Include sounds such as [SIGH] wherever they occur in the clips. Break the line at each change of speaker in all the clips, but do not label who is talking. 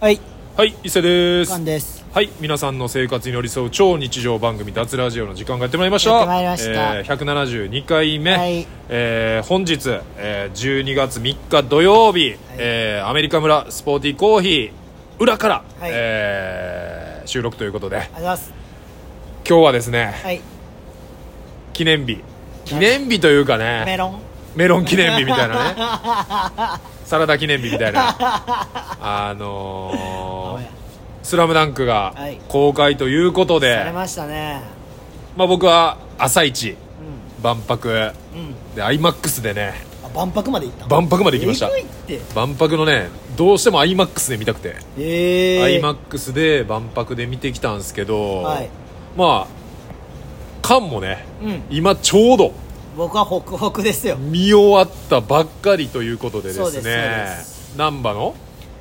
はい、
はい伊勢です
カンです。
はい皆さんの生活に寄り添う超日常番組「脱ラジオ」の時間がやってまいりました
やってまいりました
えー172回目、
はい
えー本日、えー12月3日土曜日、えーアメリカ村スポーティーコーヒー裏から、
はい
えー収録ということで
ありがとうござい
今日はですね
ます。はい、
記念日記念日というかね
メロン。
メロン記念日みたいなね
[LAUGHS]
サラダ記念日みたいなあの
お
ー
や
スラムダンクが
はい
公開ということで、
されましたね。
まあ、僕は朝一
う
万博
ん、うん、
で iMAX でね
あ万博まで行ったの。
万博まで行きました
えぐいって。
万博のねどうしても iMAX で見たくて、
ええ
iMAX で万博で見てきたんですけど、
はい
まあ缶もね、
うん
今ちょうど
僕はホクホクですよ。
見終わったばっかりということでで
そうで
す
すそうで
ね難波の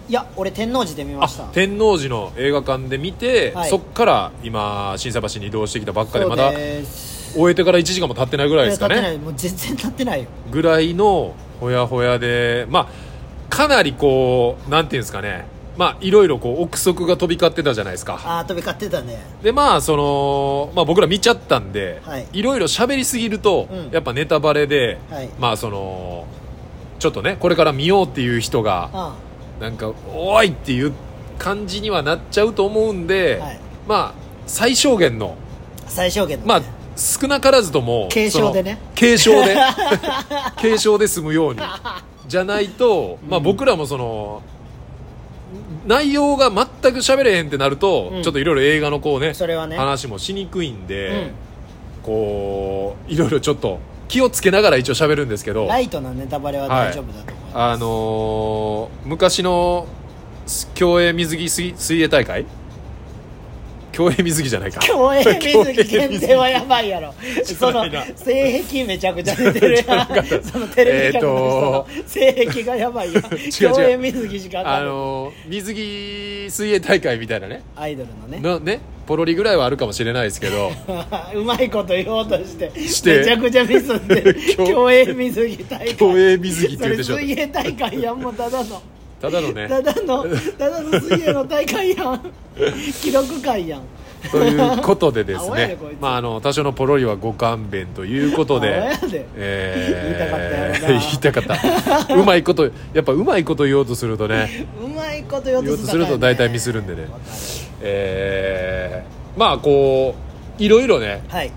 いや、俺天王寺で見ま
あ
した。
天王寺の映画館で見て、
はい
そっから今心斎橋に移動してきたばっか
そ
で
う
まだ
です
終えてから1時間も経ってないぐらいですか
いや立ってな
ね
いもう全然立ってないよ。
ぐらいのほやほやでまあかなりこうなんていうんですかねまあいろいろこう憶測が飛び交ってたじゃないですか
あー飛び交ってたね。
でまあその、まあ、僕ら見ちゃったんで、
はい
いろいろ喋りすぎると、
うん
やっぱネタバレで、
はい
まあそのちょっとねこれから見ようっていう人が
あ
なんか「おい!」っていう感じにはなっちゃうと思うんで、
はい
まあ最小限の
ー最小限のね。
まあ少なからずとも
軽症でね
その軽症
[LAUGHS]
で軽症で済むようにじゃないと、まあ、僕らもその内容が全く喋れへんってなると、
うん
ちょっといろいろ映画のこうね
それはね
話もしにくいんで、
う
こういろいろちょっと気をつけながら一応喋るんですけど
ん、ライトなネタバレは大丈夫だと思います。
あのー昔の競泳水着水水泳大会競泳水着じゃないか
競泳水着
競泳
限定はやばいや
[LAUGHS]
ろその
ちょっと待って
性癖めちゃくちゃ出てるやん
[LAUGHS]
そのテレビ局の人の性癖がやばいよ
[LAUGHS] 違う
競泳水着しか当た
あ
る
のー水着水泳大会みたいなね
アイドルのね
のねポロリぐらいはあるかもしれないですけど
[LAUGHS] うまいこと言おうとして
して
めちゃくちゃミスって
[LAUGHS] 競
競泳水着大会
競泳水着って言ってし
そ
ま
れ
っ
水
た
泳大会やんもうただ
[LAUGHS]
の
ただのね
ただのただの水泳の大会やん [LAUGHS] 記録会やん
ということでです
[LAUGHS] 青やで
ね
こいつ
まああの多少のポロリはご勘弁ということで
青やで
えー、
言いた
[LAUGHS] 言いたかったうまいことやっぱうまいこと言おうとするとね
うまいこと言おうとす
言おうとすると大体ミスるんでね
わか
えー、まあこういろいろね
るはい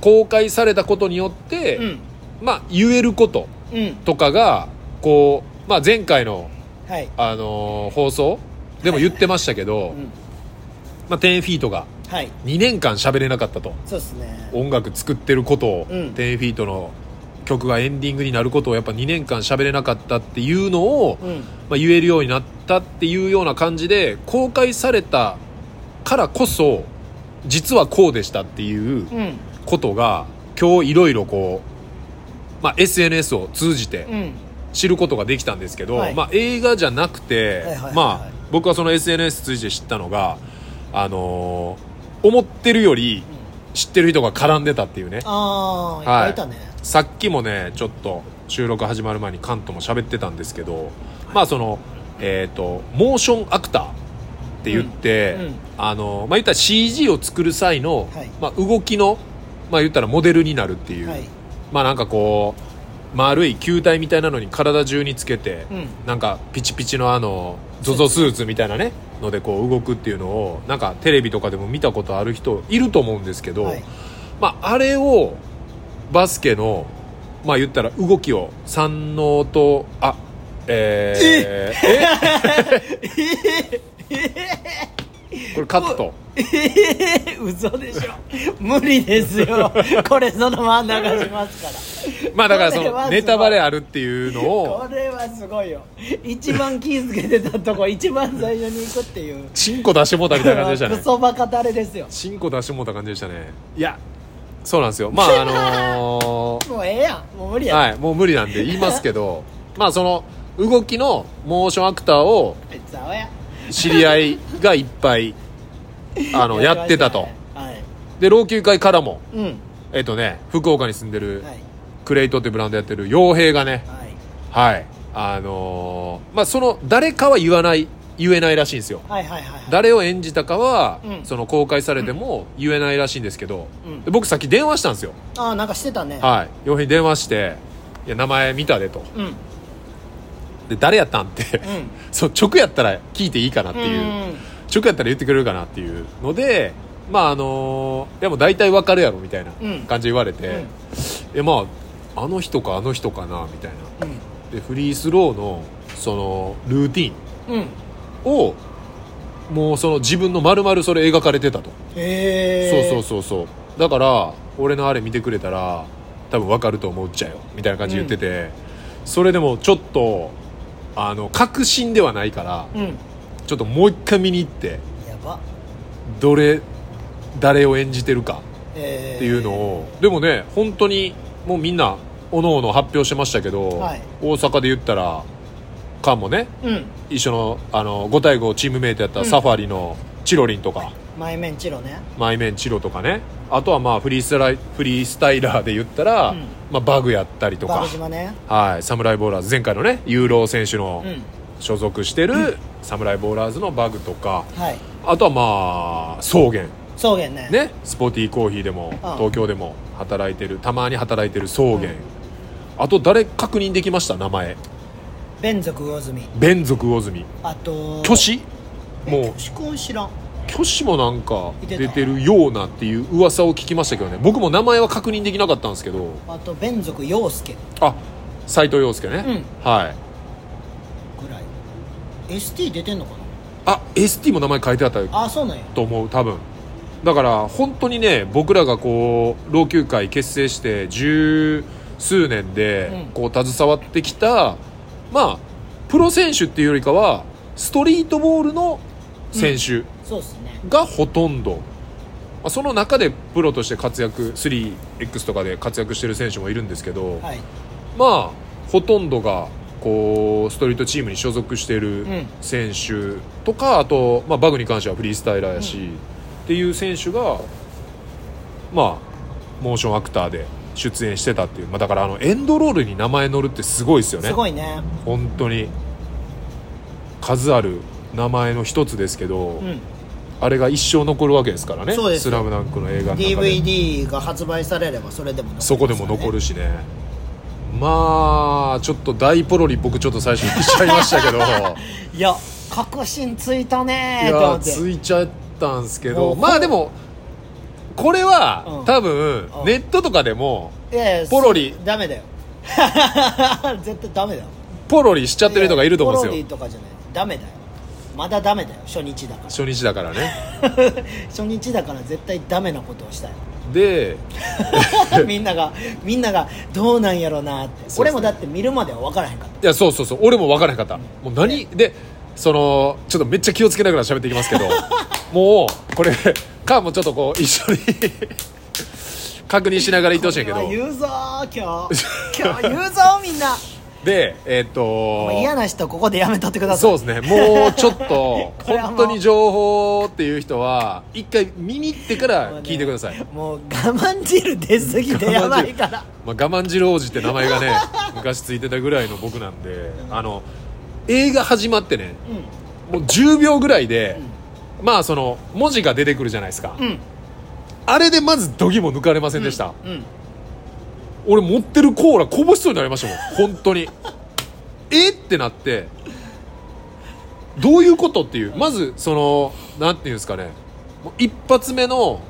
公開されたことによって、
うん
まあ言えること
うん
とかがこう、まあ、前回の、
はい
あのー放送でも言ってましたけど、
うん
まあ、10フィートが
はい
2年間喋れなかったと
そうですね
音楽作ってることを、
うん
10フィートの曲がエンディングになることをやっぱ2年間喋れなかったっていうのを、
うん
まあ、言えるようになったっていうような感じで公開されたからこそ実はこうでしたっていう
うん
ことが今日いろいろこう、まあ、SNS を通じて
うん
知ることができたんですけど、
はい
まあ、映画じゃなく
はいは
て、
いはいはい
まあ、僕はその SNS 通じて知ったのが、あのー思ってるより知ってる人が絡んでたっていうね
ああ、
は
いっ
い
ぱいいたね
さっきもねちょっと収録始まる前にカントも喋ってたんですけど、まあそのえっ、とモーションアクターって言って、
うんうん
あのまあ言ったら CG を作る際の、
はい
まあ、動きのまあ言ったらモデルになるっていう、
はい [LAUGHS]
まあなんかこう丸い球体みたいなのに体中につけて、
うん
なんかピチピチのあの ZOZO スーツみたいなねのでこう動くっていうのをなんかテレビとかでも見たことある人いると思うんですけど、
はい
まあ、あれをバスケのまあ言ったら動きを三能とあえー、えこれカット
ええ嘘でしょ無理ですよこれそのまま流しますから
まあだからそ
これは
の
すごい
ネタバレあるっていうの
こ
を
れはすごいよ一番気づけてたとこ一番最初に行くっていう
チンコ出してもうたみたいな感じでした
ク
ね
ソバカタレですよ
チンコ出してもうた感じでしたねいやそうなんですよまああの
[LAUGHS]
ー
もうええやんもう無理やん、
はいもう無理なんで言いますけどまあその動きのモーションアクターを
あいつ青や
知り合いがいっぱいあのやってたと
はい
で老朽会からも
うん
えっ、とね福岡に住んでる
はい
クレイトってブランドやってる傭兵がね
はい
はいあのーまあその誰かは言わない言えないらしいんですよ
はいはいはいはい
誰を演じたかは、
うん
その公開されても言えないらしいんですけど、
うん
で僕さっき電話したんですよ
ああなんかしてたね
はい洋平に電話して「いや名前見たで」と
うん
「で誰やったん?」って、
ん
[LAUGHS] そう直やったら聞いていいかなっていう、
うん
直やったら言ってくれるかなっていうのでまああのーいやもう大体わかるやろみたいな
うん
感じで言われ
うん
て、えまああの人かあの人かなみたいな
うん
でフリースローのそのルーティン
うん
をもうその自分の丸々それ描かれてたと、
へえ
そうそうそうそうだから俺のあれ見てくれたら多分わかると思っちゃうよみたいな感じで言ってて、それでもちょっとあの確信ではないから
ううん
ちょっともう一回見に行って
やば
どれ誰を演じてるか
えー
っていうのを、でもね本当にもうみんなおのおの発表してましたけど、
はい
大阪で言ったら菅もね
うん
一緒のあの5対5チームメイトやったサファリのチロリンとか、
前面チロね
マイメンチロとかねあとはまあフリースライフリースタイラーで言ったら、
うん
まあ、バグやったりと
バ
か
ル、島ね
はい、サムライボーラーズ前回のねユーロ選手の
うん
所属してるサムライボーラーズのバグとか
はい
あとはまあ草原
草原ね
ね、スポーティーコーヒーでも
ああ
東京でも働いてるたまに働いてる草原、
うん
あと誰確認できました名前
ベン族魚住
ベン族魚住
あと
虚子もう
主婚知らん
虚子もなんか
いてた
出てるようなっていう噂を聞きましたけどね僕も名前は確認できなかったんですけど
あとベン族陽介
あ斎藤洋介ね、はい
ぐらい ST 出てんのか
あ ST も名前書いてあった
なあそうなんや
と思う多分だから本当にね僕らがこう老朽会結成して十数年でこう携わってきた、まあプロ選手っていうよりかはストリートボールの選手
そうっすね
がほとんど、まあその中でプロとして活躍 3X とかで活躍してる選手もいるんですけど、
はい
まあほとんどがこうストリートチームに所属している
うん
選手とか、あと、まあ、バグに関してはフリースタイラーやし、っていう選手がまあモーションアクターで出演してたっていう、まあ、だからあのエンドロールに名前載るってすごいですよね
すごいね
本当に数ある名前の一つですけど、
うん
あれが一生残るわけですからね
そうですよ
スラムダンク」の映画の中で
DVD が発売されればそれでも残る
そこでも残るしねまあちょっと大ポロリ僕ちょっと最初言っちゃいました
[LAUGHS]
けどい
いや確信ついたねーと思
や
って
ついちゃったんすけ
もう
ど
ほぼ
まあでもこれは、
うん
多分、
うん
ネットとかでも
いやいや
ポロリ
ダメだよ [LAUGHS] 絶対ダメだよ
ポロリしちゃってる人がいると思うん
い
で
や
す
ポロリと
よ
かじゃないダメだよまだダメだよ初日だから
初日だからね [LAUGHS]
初日だから絶対ダメなことをしたよ
で [LAUGHS]
みんながみんながどうなんやろうなって、
そう
俺
ですね
もだって見るまでは分からへんかった
いやそうそうそう俺も分からへんかったもう何でそのちょっとめっちゃ気をつけながら喋っていきますけ
[LAUGHS]
どもうこれカーもちょっとこう一緒に [LAUGHS] 確認しながら言ってほしいんやけど
これは言うぞー今
[LAUGHS]
日今日言うぞーみんな
でえーっと
もう嫌な人ここでやめとってください
そうですねもうちょっと
[LAUGHS] これはも
本
う
当に情報っていう人は一回見に行って
[LAUGHS]
から聞いてください、
もう我慢汁出すぎてやばいから
まあ、我慢汁王子って名前が
[LAUGHS]
ね昔ついてたぐらいの僕なんであの映画始まってねもう10秒ぐらいで、まあその文字が出てくるじゃないですか、
うんうん
あれでまず度肝抜かれませんでした、
うん
俺持ってるコーラこぼしそうになりましたもん本当にえってなってどういうことっていうまずそのなんていうんですかねもう一発目の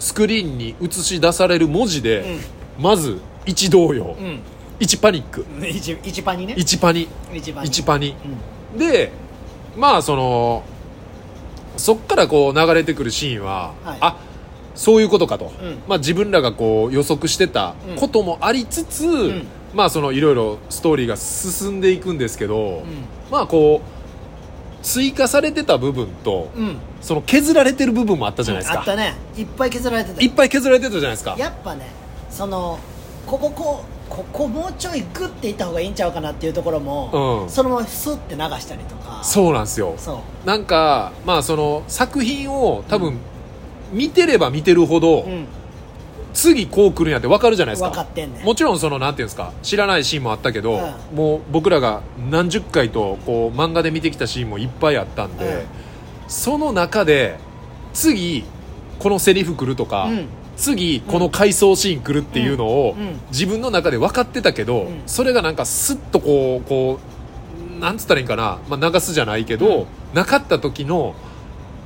スクリーンに映し出される文字で、まず一動揺、
うん
一パニック
うん一一パニね
一パニ
一パニ
一パニ
うん
でまあそのそっからこう流れてくるシーンは、
はい
あそういうことかと、
ん
まあ、自分らがこう予測してたこともありつつ、
ん
まあそのいろいろストーリーが進んでいくんですけ
ん
ど、まあこう追加されてた部分と、
うん
その削られてる部分もあったじゃないです
あ
か
っ、たねいっぱい削られてた
いっぱい削られてたじゃないですか
やっぱねそのこここうここもうちょいグッていった方がいいんちゃうかなっていうところも、
うん
そのままスッて流したりとか
そうなんですよ
そう
なんかまあその作品を多分見てれば見てるほど、
うん
次こう来るんやって分かるじゃないですか
分かってんねん
もちろんそのなんていうんですか知らないシーンもあったけど、
う
もう僕らが何十回とこう漫画で見てきたシーンもいっぱいあったんで、
うん
その中で次このセリフ来るとか、
うん
次この回想シーン来るっていうのを、
うんうん
自分の中で分かってたけど、
うん
それがなんかスッとこうこうなんつったらいいんかな、まあ、流すじゃないけど、なかった時の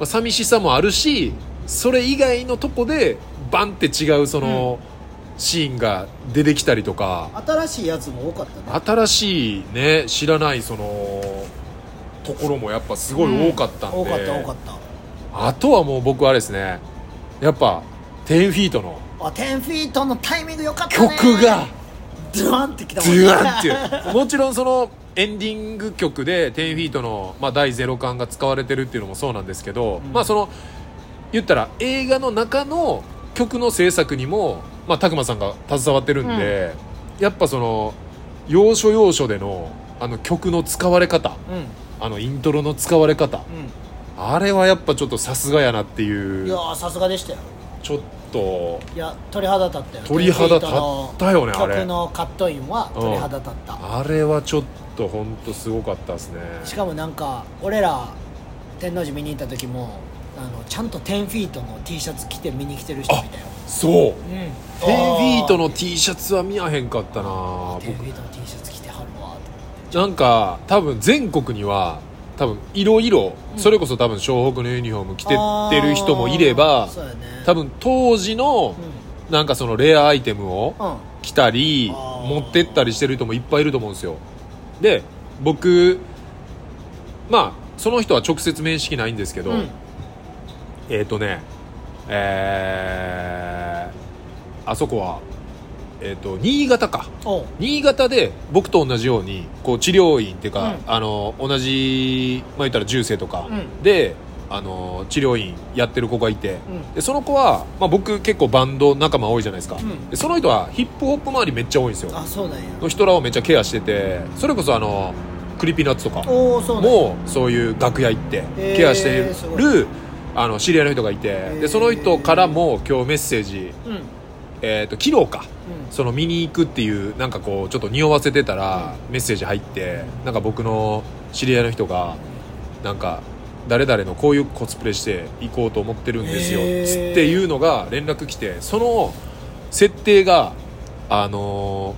まあ寂しさもあるしそれ以外のとこでバンって違うその、シーンが出てきたりとか
新しいやつも多かったね
新しいね知らないそのところもやっぱすごい多かったんで、
多かった多かった
あとはもう僕はあれですねやっぱ10フィートの
あ10フィートのタイミング良かったね
曲が
ドゥワンってきた
ド
もんね
ゥワンっていう [LAUGHS] もちろんそのエンディング曲で10フィートの、まあ、第0巻が使われてるっていうのもそうなんですけど、
うん
まあその言ったら映画の中の曲の制作にも、まあ、拓磨さんが携わってるんで、やっぱその要所要所でのあの曲の使われ方
うん
あのイントロの使われ方
う
あれはやっぱちょっとさすがやなってい
ん
う
いやーさすがでしたよ
ちょっと
いや鳥肌立ったよ
鳥肌立ったよね
10フィート
あ
の
れ
曲のカットインは鳥肌立った、
あれはちょっと本当すごかったですね
しかもなんか俺ら天王寺見に行った時もあのちゃんと10フィートの T シャツ着て見に来てる人みたいよ
そう
うん10
10フィートの T シャツは見やへんかったな
10フィートの T シャツ着てはるわ
僕なんか多分全国には多分いろいろそれこそ多分湘北のユニフォーム着てってる人もいれ
あ
ば
ーそうやね
多分当時の
う
なんかそのレアアイテム
ん
を
うん
着たり
あー
持ってったりしてる人もいっぱいいると思うんですよで僕まあその人は直接面識ないんですけど、
うん
えっ、ー、とねえー、あそこはえっ、と新潟か
おう
新潟で僕と同じようにこう治療院っていう
う
か、
ん
あの同じ、まあ、言ったら銃声とか
うん
で、あの治療院やってる子がいて、
うん
でその子は、まあ、僕結構バンド仲間多いじゃないですか、
うん
でその人はヒップホップ周りめっちゃ多いんですよ
あそうなんや
の人らをめっちゃケアしててそれこそあのクリピーナッツとか
おおそうなんや
もうそういう楽屋行って
えー
ケアしてる、
すご
あの知り合いの人がいて、でその人からも今日メッセージ、
うんうん
えー、と昨日かその見に行くっていうなんかこうちょっと匂わせてたらメッセージ入ってなんか僕の知り合いの人がなんか誰々のこういうコスプレして行こうと思ってるんですよ
へー
つっていうのが連絡来てその設定があの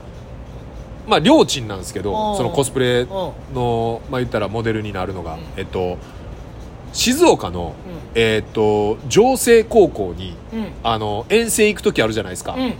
ーまあ両親なんですけ
う
ど
ん
そのコスプレ
おう
のまあ言ったらモデルになるのが
うん
えっと静岡の
うん
えっと城西高校に
うん
あの遠征行く時あるじゃないですか
うん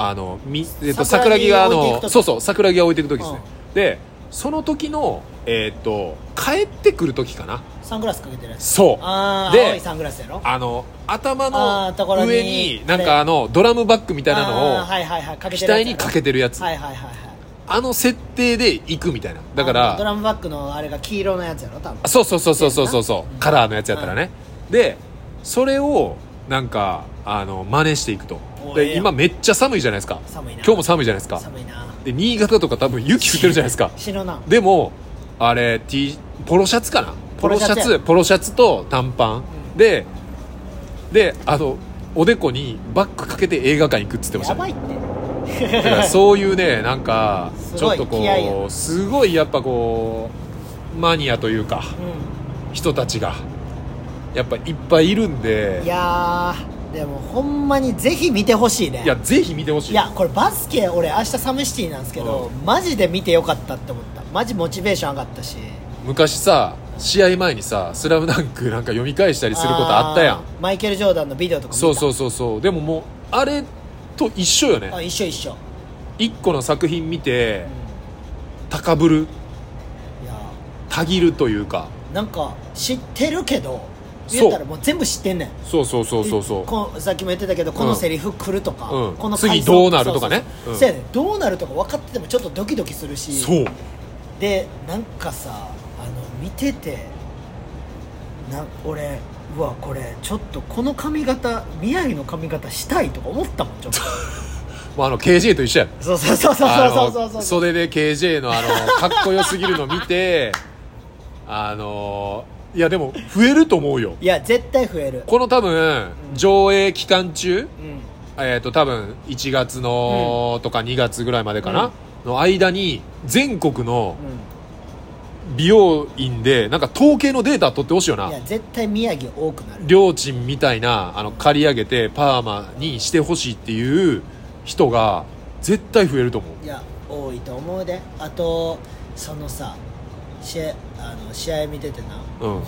あの、み、えっと、
桜
桜
木
木
が
が、あ
置いていく時
の、そうそう、桜木が置いていく時ですね。で、その時の、えっと、帰ってくる時かな。
サングラスかけてるやつ
そう。
ああ
で
青いサングラスやろ
あの、頭
あーところ
の
に
上に、なんかあの、ドラムバッグみたい
あ
な
ー
のを、
はいはいはいかけてる
額にかけ
て
てるやつ。
はいはいはいはい
あの設定で行くみたいな。だか
あのド
ら、
ラムバッグのあれが黄色のやつやろ多分
そうそうそうそうそうそうそう、
うん
カラーのやつやったらね。で、それを、なんか、あの、真似していくと
お。ええ
で、
やん
今めっちゃ寒いじゃないですか。
寒いな
今日も寒いじゃないですか。
寒いな
で、新潟とか多分雪降ってるじゃないですか。
死ぬな
でもあれ、T、ポロシャツかなポロシャ
ポロシャツ
ツポロシャツと短パン、
う
でであのおでこにバッグかけて映画館行くっつってまし
や
た、ね、
ばいって
だからそういうねなんか
す
ち
ご
ょ
い
っと
気合いや
こうすごいやっぱこうマニアというか
う
人たちがやっぱいっぱいいるんで
んいやーでもほんまにぜひ見てほしいね
いやぜひ見てほしい
いやこれバスケ俺明日サムシティなんですけど、
う
マジで見てよかったって思ったマジモチベーション上がったし
昔さ試合前にさ「スラムダンクなんか読み返したりすることあったやん
あーマイケル・ジョーダンのビデオとか見た
そうそうそうそうでももうあれと一緒よね
あ一緒一緒、
一個の作品見て
うん
高ぶる
いや
たぎるというか
なんか知ってるけど
そう
言ったらもう全部知ってんねん
そうそうそうそうそう
こさっきも言ってたけどこのセリフ来るとか、
うん
この
次
回想
どうなるとかね
そうそうそう
うん
せやねんどうなるとか分かっててもちょっとドキドキするし
そう
でなんかさあの見ててな俺うわこれちょっとこの髪型宮城の髪型したいとか思ったもんちょっと
もうあの KJ と一緒やん
[LAUGHS] そうそうそうそうそうそう
あ
そう
の
そう
袖で KJ のあのかっこよすぎるの見て [LAUGHS] あのいやでも増えると思うよ
いや絶対増える
この多分上映期間中
うん
えっ、と多分1月のとか2月ぐらいまでかな、の間に全国の美容院でなんか統計のデータ取ってほしいよ
うん、
ない
や絶対宮城多くなる
両親みたいなあの借り上げてパーマにしてほしいっていう人が絶対増えると思う
いや多いと思うであとそのさ試合あの試合見てて [LAUGHS] な
うん、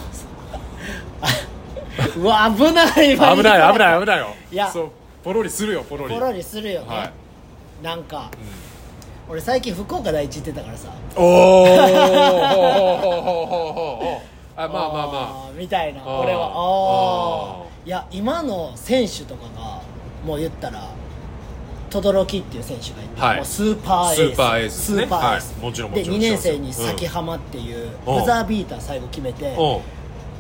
うわ危ない今
危ない危ない危ないよ
いや
そうポロリするよポロリ
ポロリするよね、
はい
なんか、俺最近福岡第一行ってたからさ
おーおー [LAUGHS] おーおーおーおーおーあまあまあまあ
あーみたいな
あー
俺はああ
あ
いや今の選手とかがもう言ったら轟っていう選手がいて、
はい
もうスーパーエース
スーパーエースですね
スーパーエース
はいもちろんも
で
ちろん
2年生に崎浜っていう
うん
ブザービーター最後決めて、
おう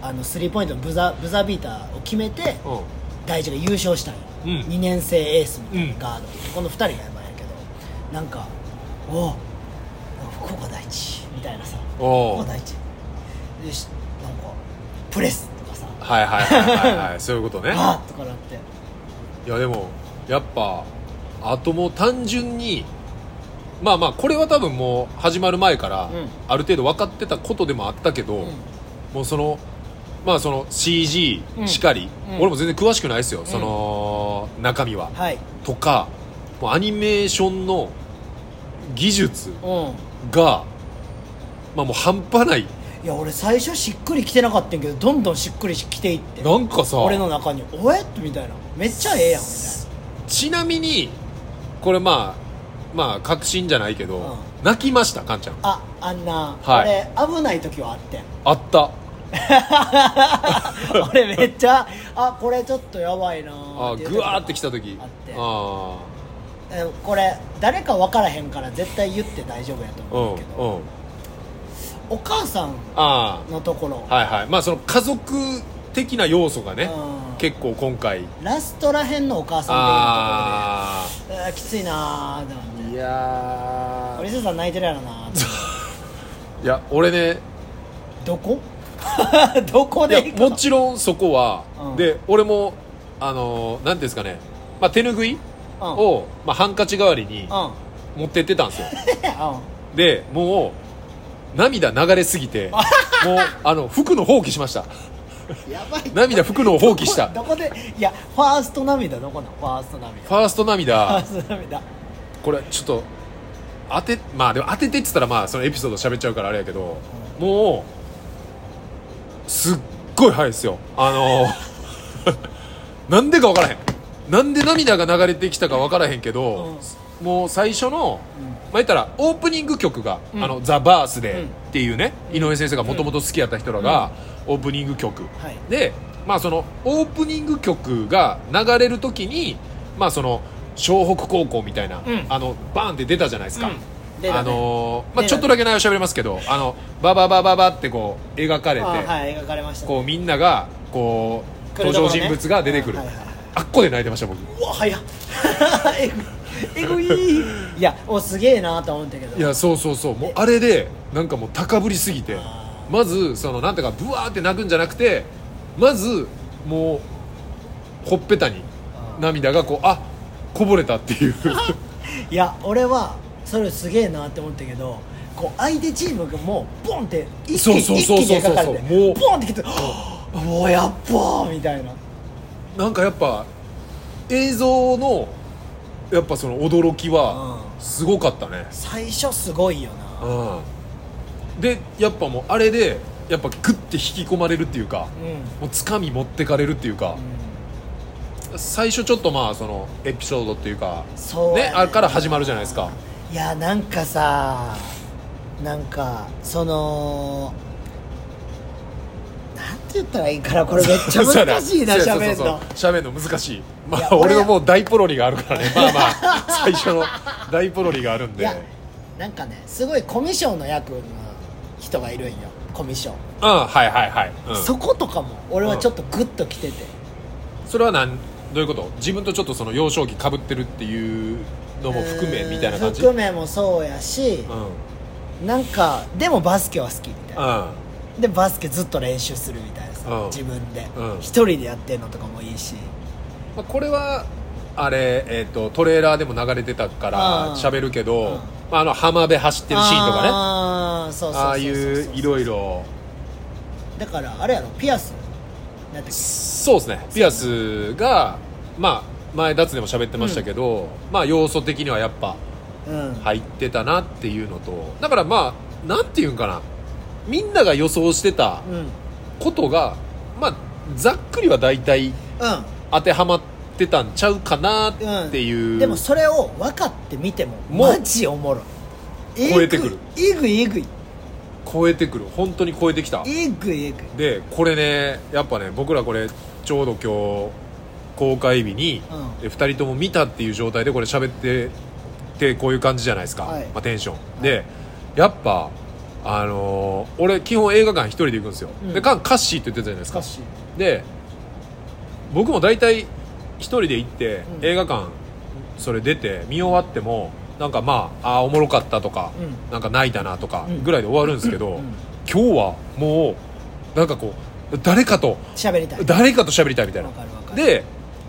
あのスリーポイントのブザブザービーターを決めて
おう
大地が優勝したんよ、
うん
2年生エースみたいな、
うん
ガードこの2人がやばいんやけどなんかおお福岡第一みたいなさ
おう
福岡第一でしなんかプレスとかさ
はいはいはいはい、はい、そういう
[LAUGHS]
ことね
あーとかなって
いやでもやっぱあともう単純にまあまあこれは多分もう始まる前から
うん
ある程度分かってたことでもあったけど、
う
もうそのまあその CG
うん
しかり、
うん
俺も全然詳しくないですよ、その中身は
ん、はい
とかもうアニメーションの技術
う
がまあもう半端ない
んいや俺最初しっくりきてなかったんやけどどんどんしっくりきていって
なんかさ
俺の中に「おえっ?」みたいなめっちゃええやんみ
ちなみにこれまあまあ確信じゃないけど、
う
泣きましたカンちゃん
たいなああんな、
はい
俺危ない時はあってん [LAUGHS]
あった
俺めっちゃあこれちょっとやばいな
あ
いう時
ぐわーってきた時
あって
あ
えこれ誰か分からへんから絶対言って大丈夫やと
あうん
思
う
うけど、
ん
お母さん
あ
のところ、
あはいはいまあその家族的な要素がね
うん
結構今回
ラストらへんのお母さ
あ
んのところであーきついなーってなって
あいや
俺さん泣いてるやろ
[LAUGHS]
なーって
いや俺ね
どこ [LAUGHS] どこ
い
で行
や
くの
もちろんそこは、
うん
で俺もあのーなんていうんですかね、まあ、手拭い
うんうん
を、まあ、ハンカチ代わりに
うん
持ってってたんですよでもう涙流れす
[LAUGHS]
ぎてもうあの服の放棄しました
やばい
[LAUGHS] 涙服の放棄したフ
どこでいやファースト涙どこなのファースト涙フ
ァースト涙
[LAUGHS] ァースト涙
これちょっと当てまあでも当ててっつったらまあそのエピソード喋っちゃうからあれやけどもうすっごい早いですよあの [LAUGHS] なんでか分からへんなんで涙が流れてきたか分からへんけど、もう最
ん
初の、まあ言ったらオープニング曲が「
うん
あのザ・バースデ
う
ー
ん
っていうね、井上先生がもともと好きやった人らが、オープニング曲、
はい
で、まあ、そのオープニング曲が流れる時に、まあ、その湘北高校みたいな、
うん
あのバーンって出たじゃないですか、
うん出たね
あのー
出た
まあ、
ね
ちょっとだけ内容喋りますけどあのバババババってこう描かれ
あ
て、
ーはい描かれましたね
こうみんながこう
来る
登
とこ
場
ろね
人物が出てくる、
はいはいはい
あっこで泣いてました僕
うわ早っ [LAUGHS] えぐえぐいいやおすげえなと思ったけど
いやそうそうそうもうあれでなんかもう高ぶりすぎて
あ
まずそのなんていうかブワーって泣くんじゃなくてまずもうほっぺたに涙がこうあこぼれたっていう
いや俺はそれすげえなって思ったけどこう相手チームがもうボンって一気に
そう
一
そうそうそう
気に描かれて
もう
ボンってき [GASPS] て「もうやっばー」みたいな
なんかやっぱ映像のやっぱその驚きは
う
すごかったね
最初すごいよな
うんでやっぱもうあれでやっぱグッて引き込まれるっていうか
うん
もう掴み持ってかれるっていうか最初ちょっとまあそのエピソードっていうか
そうや
ねあれから始まるじゃないですか
いやなんかさなんかそのなんて言ったらいいかなこれめっちゃ難しいな
そうやそ
喋
うそ
ん
うそう
の
喋るの難しいま
いや
あ
俺
俺のもう大ポロリがあるか
[LAUGHS]
らねまあまあ最初の大ポロリがあるん
い
で
やなんかねすごいコミショの役の人がいるんよコミショ、
うんはいはいはい、うん、
そことかも俺はちょっとグッときてて、
それはなんどういうこと自分とちょっとその幼少期かぶってるっていうのも含めみたいな感じ
う
うん
含
ん
めもそうやし、なんかでもバスケは好きみたいな、
あ
でバスケずっと練習するみたいなさ、
うん
自分で
うん
一人でやってんのとかもいいし
まあ、これはあれ、えっとトレーラーでも流れてたから
あー
喋るけ
うん
ど、まあ、あの浜辺走ってるシーンとかねあ
ああそうそうそうそう
あいういろいろ
だからあれやろピアスなんだっけ
そうですねピアスがまあ前脱でも喋ってましたけど、まあ要素的にはやっぱ
うん
入ってたなっていうのとだからまあなんていうんかなみんなが予想してた
うんうん
ことがまあざっくりは大体当てはまってたんちゃうかなっていう、
でもそれを分かってみても
もう
マジおもろいえぐい
超えてくる
えぐいえぐい
超えてくる本当に超えてきた
えぐいえぐい
でこれねやっぱね僕らこれちょうど今日公開日に、
うん
で2人とも見たっていう状態でこれ喋っててこういう感じじゃないですか、
はい
まあ、テンション、でやっぱあのー俺基本映画館一人で行くんですよ、
うん
でカンカッシーって言ってたじゃないですか
難しい
で僕も大体一人で行って、
うん
映画館それ出て見終わってもなんかまああーおもろかったとか、
うん
なんか泣いたなとか
うん
ぐらいで終わるんですけど、
うん
今日はもうなんかこう誰かと
喋りたい
誰かと喋りたいみたいな
わかるわかる
で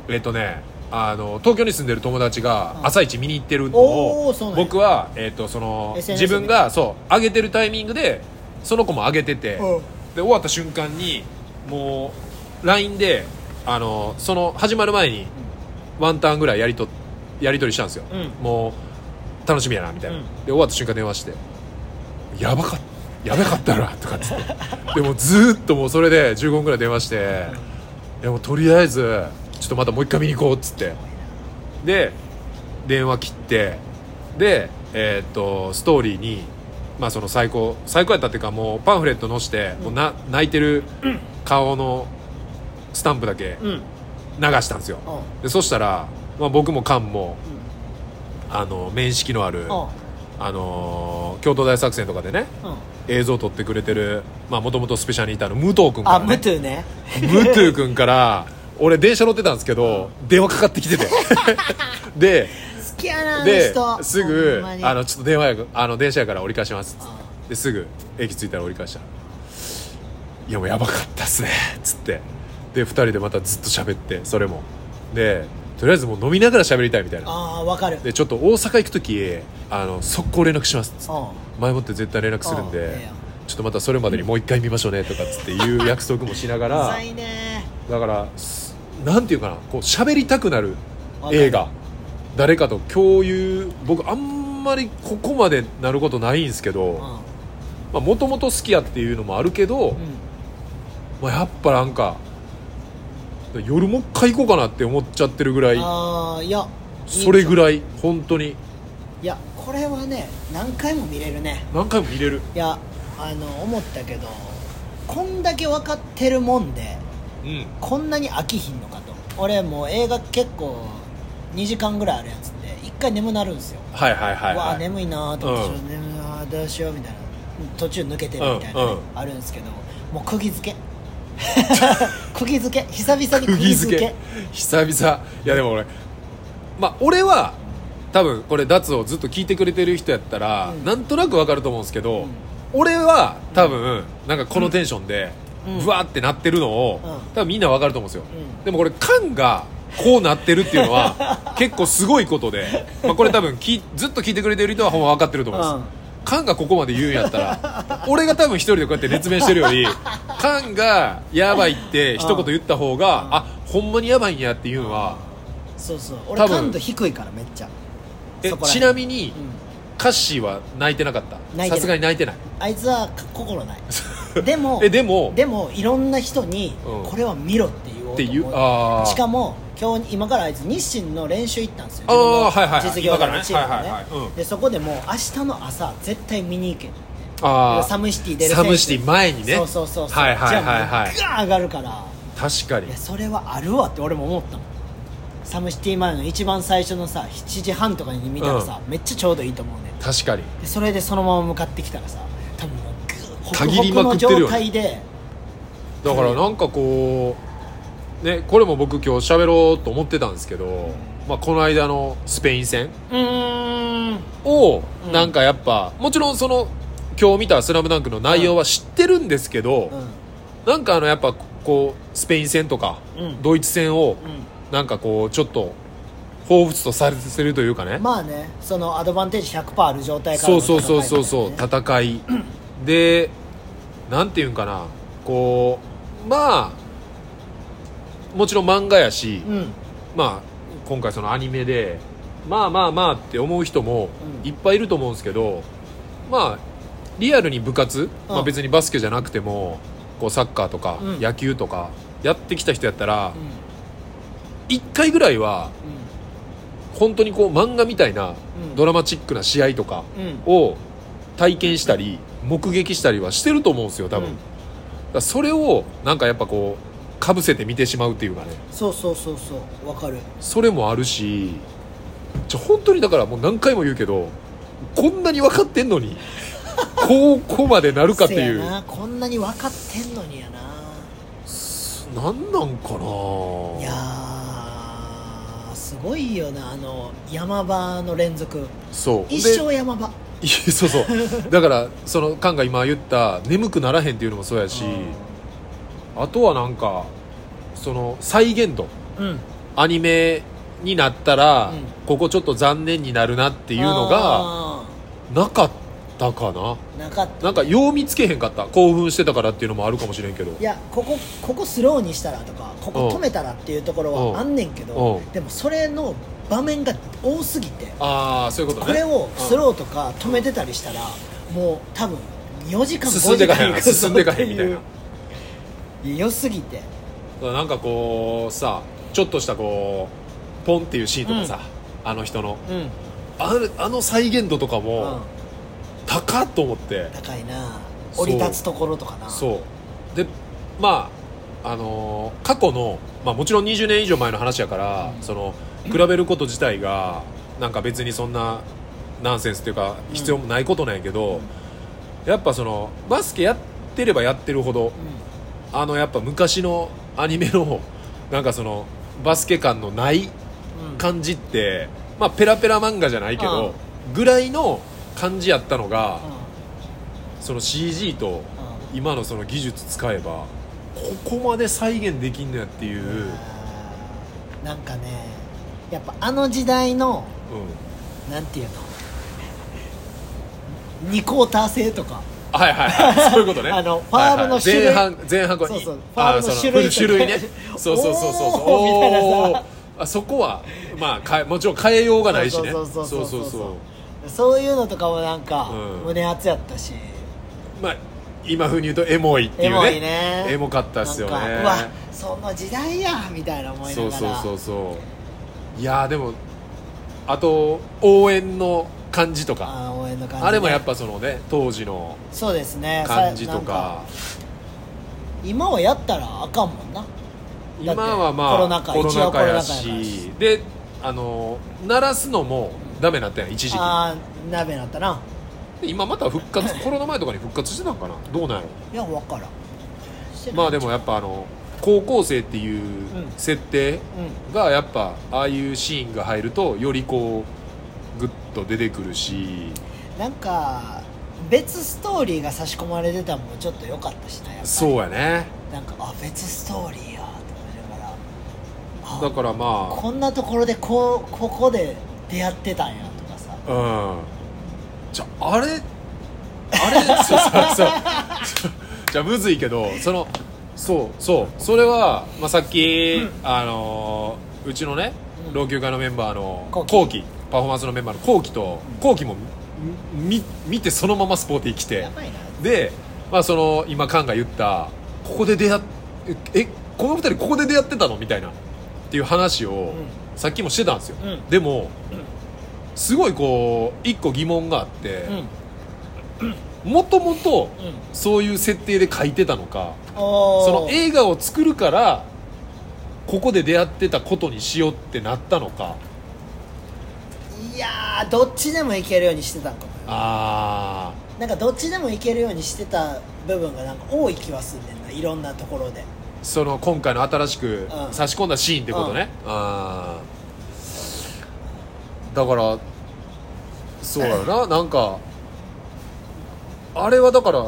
えっとねあの東京に住んでる友達が
うん
朝一見に行ってるの
お
を
ーそうなんや
僕は、えっと、その
SNS
自分がそう上げてるタイミングでその子も上げてて
うん
で終わった瞬間にもう LINE であのその始まる前にワンタンぐらいやりとやり取りしたんですよ、
うん
もう楽しみやなみたいな、
うん
で終わった瞬間電話して「やばかった」やばかったなとかっつって [LAUGHS] でもずーっともうそれで15分ぐらい電話していやもうとりあえずちょっとまたもう一回見に行こうっつってで電話切ってでえーっとストーリーにまあその最高最高やったっていうかもうパンフレット載して、もうな泣いてる顔のスタンプだけ
うんうん
流したんですよ、でそしたら、まあ、僕もカンもあの面識のある、
うん
あのー京都大作戦とかでね
うん
映像撮ってくれてるもともとスペシャルにいたの武藤君か
あ
ら、
ム
ね、
トゥね
ムトゥ君から俺電車乗ってたんですけど、電話かかってき
[LAUGHS]
ててで
好きやなあの
で
人
す
ほん
ぐ
まに
あのちょっと電話やあの電車やから折り返しますっつって
う
ですぐ駅着いたら折り返したらいやもうやばかったっすね [LAUGHS] っつってで2人でまたずっと喋ってそれもでとりあえずもう飲みながら喋りたいみたいな
ああわかる
でちょっと大阪行く時あの速攻連絡しますっつって
う
前もって絶対連絡するん
うんええ
で
やん
ちょっとまたそれまでにもう一回見ましょうねとかっつっていう約束もしなが
[LAUGHS] んう
ら
ざいね
だからすなんていうかなこう喋りたくなる
わかる
映画誰かと共有僕あんまりここまでなることないんですけ
うん
どもともと好きやっていうのもあるけど、
うん
まあ、やっぱなんか夜もう一回行こうかなって思っちゃってるぐらい
ああいや
それぐ
らい
らい本当に
いやこれはね何回も見れるね
何回も見れる
いやあの思ったけどこんだけ分かってるもんで
うん
こんなに飽きひんのかと俺もう映画結構2時間ぐらいあるやつって1回眠なるんですよ、
はいはいはい、
わあ
はい、
眠いなーと思って、ちょっ
うん
と眠いなーどうしようみたいな途中抜けてるみたいなね、
うんうん
あるんですけどもう釘付け [LAUGHS] 釘付け久々に釘
釘
付
付
け
け久々いやでも俺まあ俺は多分これ脱をずっと聞いてくれてる人やったら、
うん
なんとなくわかると思うんですけど、
うん
俺は多分なんかこのテンションで
うん
ブワーってなってるのを、
うん
多分みんなわかると思うんですよ、
うん
でもこれ缶がこうなってるっていう
[LAUGHS]
のは結構すごいことで、まあ、これ多分きずっと聞いてくれてる人はほんま分かってると思います、
うん
カンがここまで言うんやった
[LAUGHS]
ら俺が多分一人でこうやって熱弁してるよりカンが「やばい」って一言言った方が「あほんまにやばいんや」っていうのは
そうそう俺
多分
感度低いからめっちゃ
え
そこら
ち
辺
なみに
うん
カッシーは泣いてなかっ
泣いてない
たさすがに泣いてない
あいつはか心
[LAUGHS]
ないでも
えでも
でもいろんな人に
うん
これは見ろって言おうと思
って言うあー
しかも今日今からあいつ日清の練習行ったんですよ
あー
自分の
はいはいはい
実業家のチーム
今か
で
らねはいはい
ね
はいうん
でそこでもう明日の朝絶対見に行け
あー
サムシティ出る選手
サムシティ前にね
そうそうそうそう
はいはいはいはい
じゃあもうガー上がるから
確かに
いやそれはあるわって俺も思ったもんサムシティ前の一番最初のさ7時半とかに見たらさ、めっちゃちょうどいいと思うね
確かに
でそれでそのまま向かってきたらさ多分もうグーホク
たぎり
ホク
まく
の
ってるよね
状態で
だからなんかこうねこれも僕今日喋ろうと思ってたんですけど、まあ、この間のスペイン戦
うーん
を
うん
なんかやっぱ、もちろんその今日見た「スラムダンクの内容は知ってるんですけど、なんかあのやっぱこうスペイン戦とか、
うん
ドイツ戦を
うん
なんかこうちょっと彷彿とさせるというかね、
まあねそのアドバンテージ100%ある状態から
そ
の
う
戦いうだ
そ
から
そう
ね
そうそう戦いでなんていうんかなこうまあもちろん漫画やし、
うん
まあ今回そのアニメでまあまあまあって思う人も
うん
いっぱいいると思うんですけど、まあリアルに部活、ま
う
あ、
ん
別にバスケじゃなくてもこうサッカーとか
うん
野球とかやってきた人やったら
うん
1回ぐらいは本当にこう漫画みたいな
うん
ドラマチックな試合とか
うんうん
を体験したり目撃したりはしてると思うんですよ多分、
うん
だからそれをなんかやっぱこうかぶせて見てしまうっていうかね
そうそうそうそうわかる
それもあるしちょ本当にだからもう何回も言うけどこんなに分かってんのにここまでなるかってい
[LAUGHS]
う
せや
な
なこんなに分かってんのにやなん
なんかないい
やーすごいよなあの山場の連続
そう
一
で
生山場
いやそうそうだからそのカンが今言った眠くならへんっていうのもそうやしあとはなんかその再現度
うんうん
アニメになったら、
うん
ここちょっと残念になるなっていうのが
あ
なかったかな
ーなかった
なんかよう見つけへんかった興奮してたからっていうのもあるかもしれんけど
いやここここスローにしたらとかここ
うん
止めたらっていうところ
うん
はあんねんけど
うん
でもそれの場面が多すぎて
ああそういうこと
こ
ね
れをスローとか止めてたりしたらもう多分4時間
進
5
んで
時
かへ
間
ん進んでかへんみたいな
っ
だか
ていう良すぎて
らなんかこうさちょっとしたこうポンっていうシーンとかさ、あの人の
うん
あのあの再現度とかも、高っと思って
高いな
そ
降
う
り立つところとかな
そうでまああのー過去の、まあ、もちろん20年以上前の話やから、
うん
その比べること自体がなんか別にそんなナンセンスっていうか
うん
必要もないことなんやけど、やっぱそのバスケやってればやってるほど
う
あのやっぱ昔のアニメのなんかそのバスケ感のない
んうん
感じって、まあ、ペラペラ漫画じゃないけど、ぐらいの感じやったのが、その CG と
う
今のその技術使えばここまで再現できんのやっていう、うん
うん
ん
あーなんかねやっぱあの時代のなんていうの2クォーター制とか
はいは
[LAUGHS]
いはいそういうことね
あのファウルの種類
はいはい前半前半こ
そうそう
あ
ファ
ー
ウルの
そ
種類とか [LAUGHS]
種類ねそうそうそうそうそう
おーみたいなさ
おーあそこはまあかえもちろん変えようがないしね
そうそうそうそうそう
そうそう
そういうのとかもなんか、
うん
胸熱やったし
まあ今風に言うとエモいっていうね
エモいね
エモかったっすよね
なんかうわその時代やみたいな思いな
そ
が
う
ら
そうそうそういやーでもあと応援の感じとか
あー応援の感じ、ね、
あれもやっぱそのね当時の
そうですねさ
感じと
なん
か
今はやったらあかんもんな
今はまあ
コロナ禍
コロナ禍や
一応コロナ禍や
しであの鳴らすのもダメなったやん一時期
ああ鍋なったな
で今また復活 [LAUGHS] コロナ前とかに復活してたんかなどうなんやろ
いや分からんしてない
まあでもやっぱあの高校生ってい
う
う
ん
設定がやっぱああいうシーンが入るとよりこうグッと出てくるし
うんなんか別ストーリーが差し込まれてたのもちょっと良かったしなやっぱり
そうやね
なんかあ別ストーリーやと思いながらあ
だからま
こんなところでこうここで出会ってたんやとかさ
あうんじゃああれあ [LAUGHS] れそうそうそうじゃあむずいけどそのそうそうそれは、まあ、さっき、あのーうちのね
うん
老朽化のメンバーの
後期
後期パフォーマンスのメンバーの後期と後期もみ見てそのままスポーティー来て
やばいな
で、まあ、その今カンが言ったここで出会っえこの二人ここで出会ってたのみたいなっていう話を、
ん
さっきもしてたんですよ、
うん
でも、
うん
すごいこう一個疑問があって
うん
もともと
うん
そういう設定で書いてたのか
おー
その映画を作るからここで出会ってたことにしようってなったのか
いやーどっちでもいけるようにしてたんかも
あ
なんかどっちでもいけるようにしてた部分がなんか多い気はすんねんないろんなところで
ーその今回の新しく
うん
差し込んだシーンってことね、あーだからそうや
[LAUGHS]
ななんかあれはだから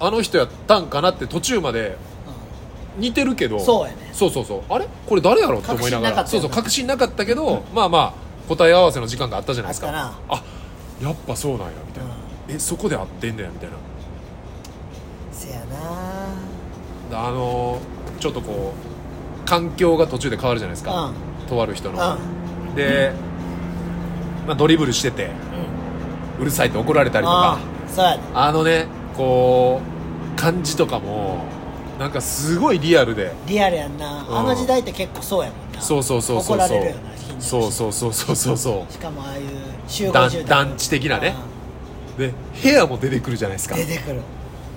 あの人やったんかなって途中まで似てるけど
そうやね
そうそうそうあれこれ誰やろって思いなが
確信な
ら
かった
そう
よ
そう確信なかったけど、まあまあ答え合わせの時間があったじゃないですか
あったな
あやっぱそうなんやみたいな、えそこで合ってんだよみたいな
せやな
あのーちょっとこう環境が途中で変わるじゃないですか、
うん
とある人の、
あ
で、まあ、ドリブルしててうるさいって怒られたりとか
あそうやね
あのねこう感じとかもなんかすごいリアルで
リアルやんな、
うん
あの時代って結構そうやもんな
そうそうそうそう
怒ら
そ
れる
う
よな近所の人
そうそうそうそうそうそ
しかもああいう集
団
合住宅
団地的なねうで部屋も出てくるじゃないです
う
か
ん出てくる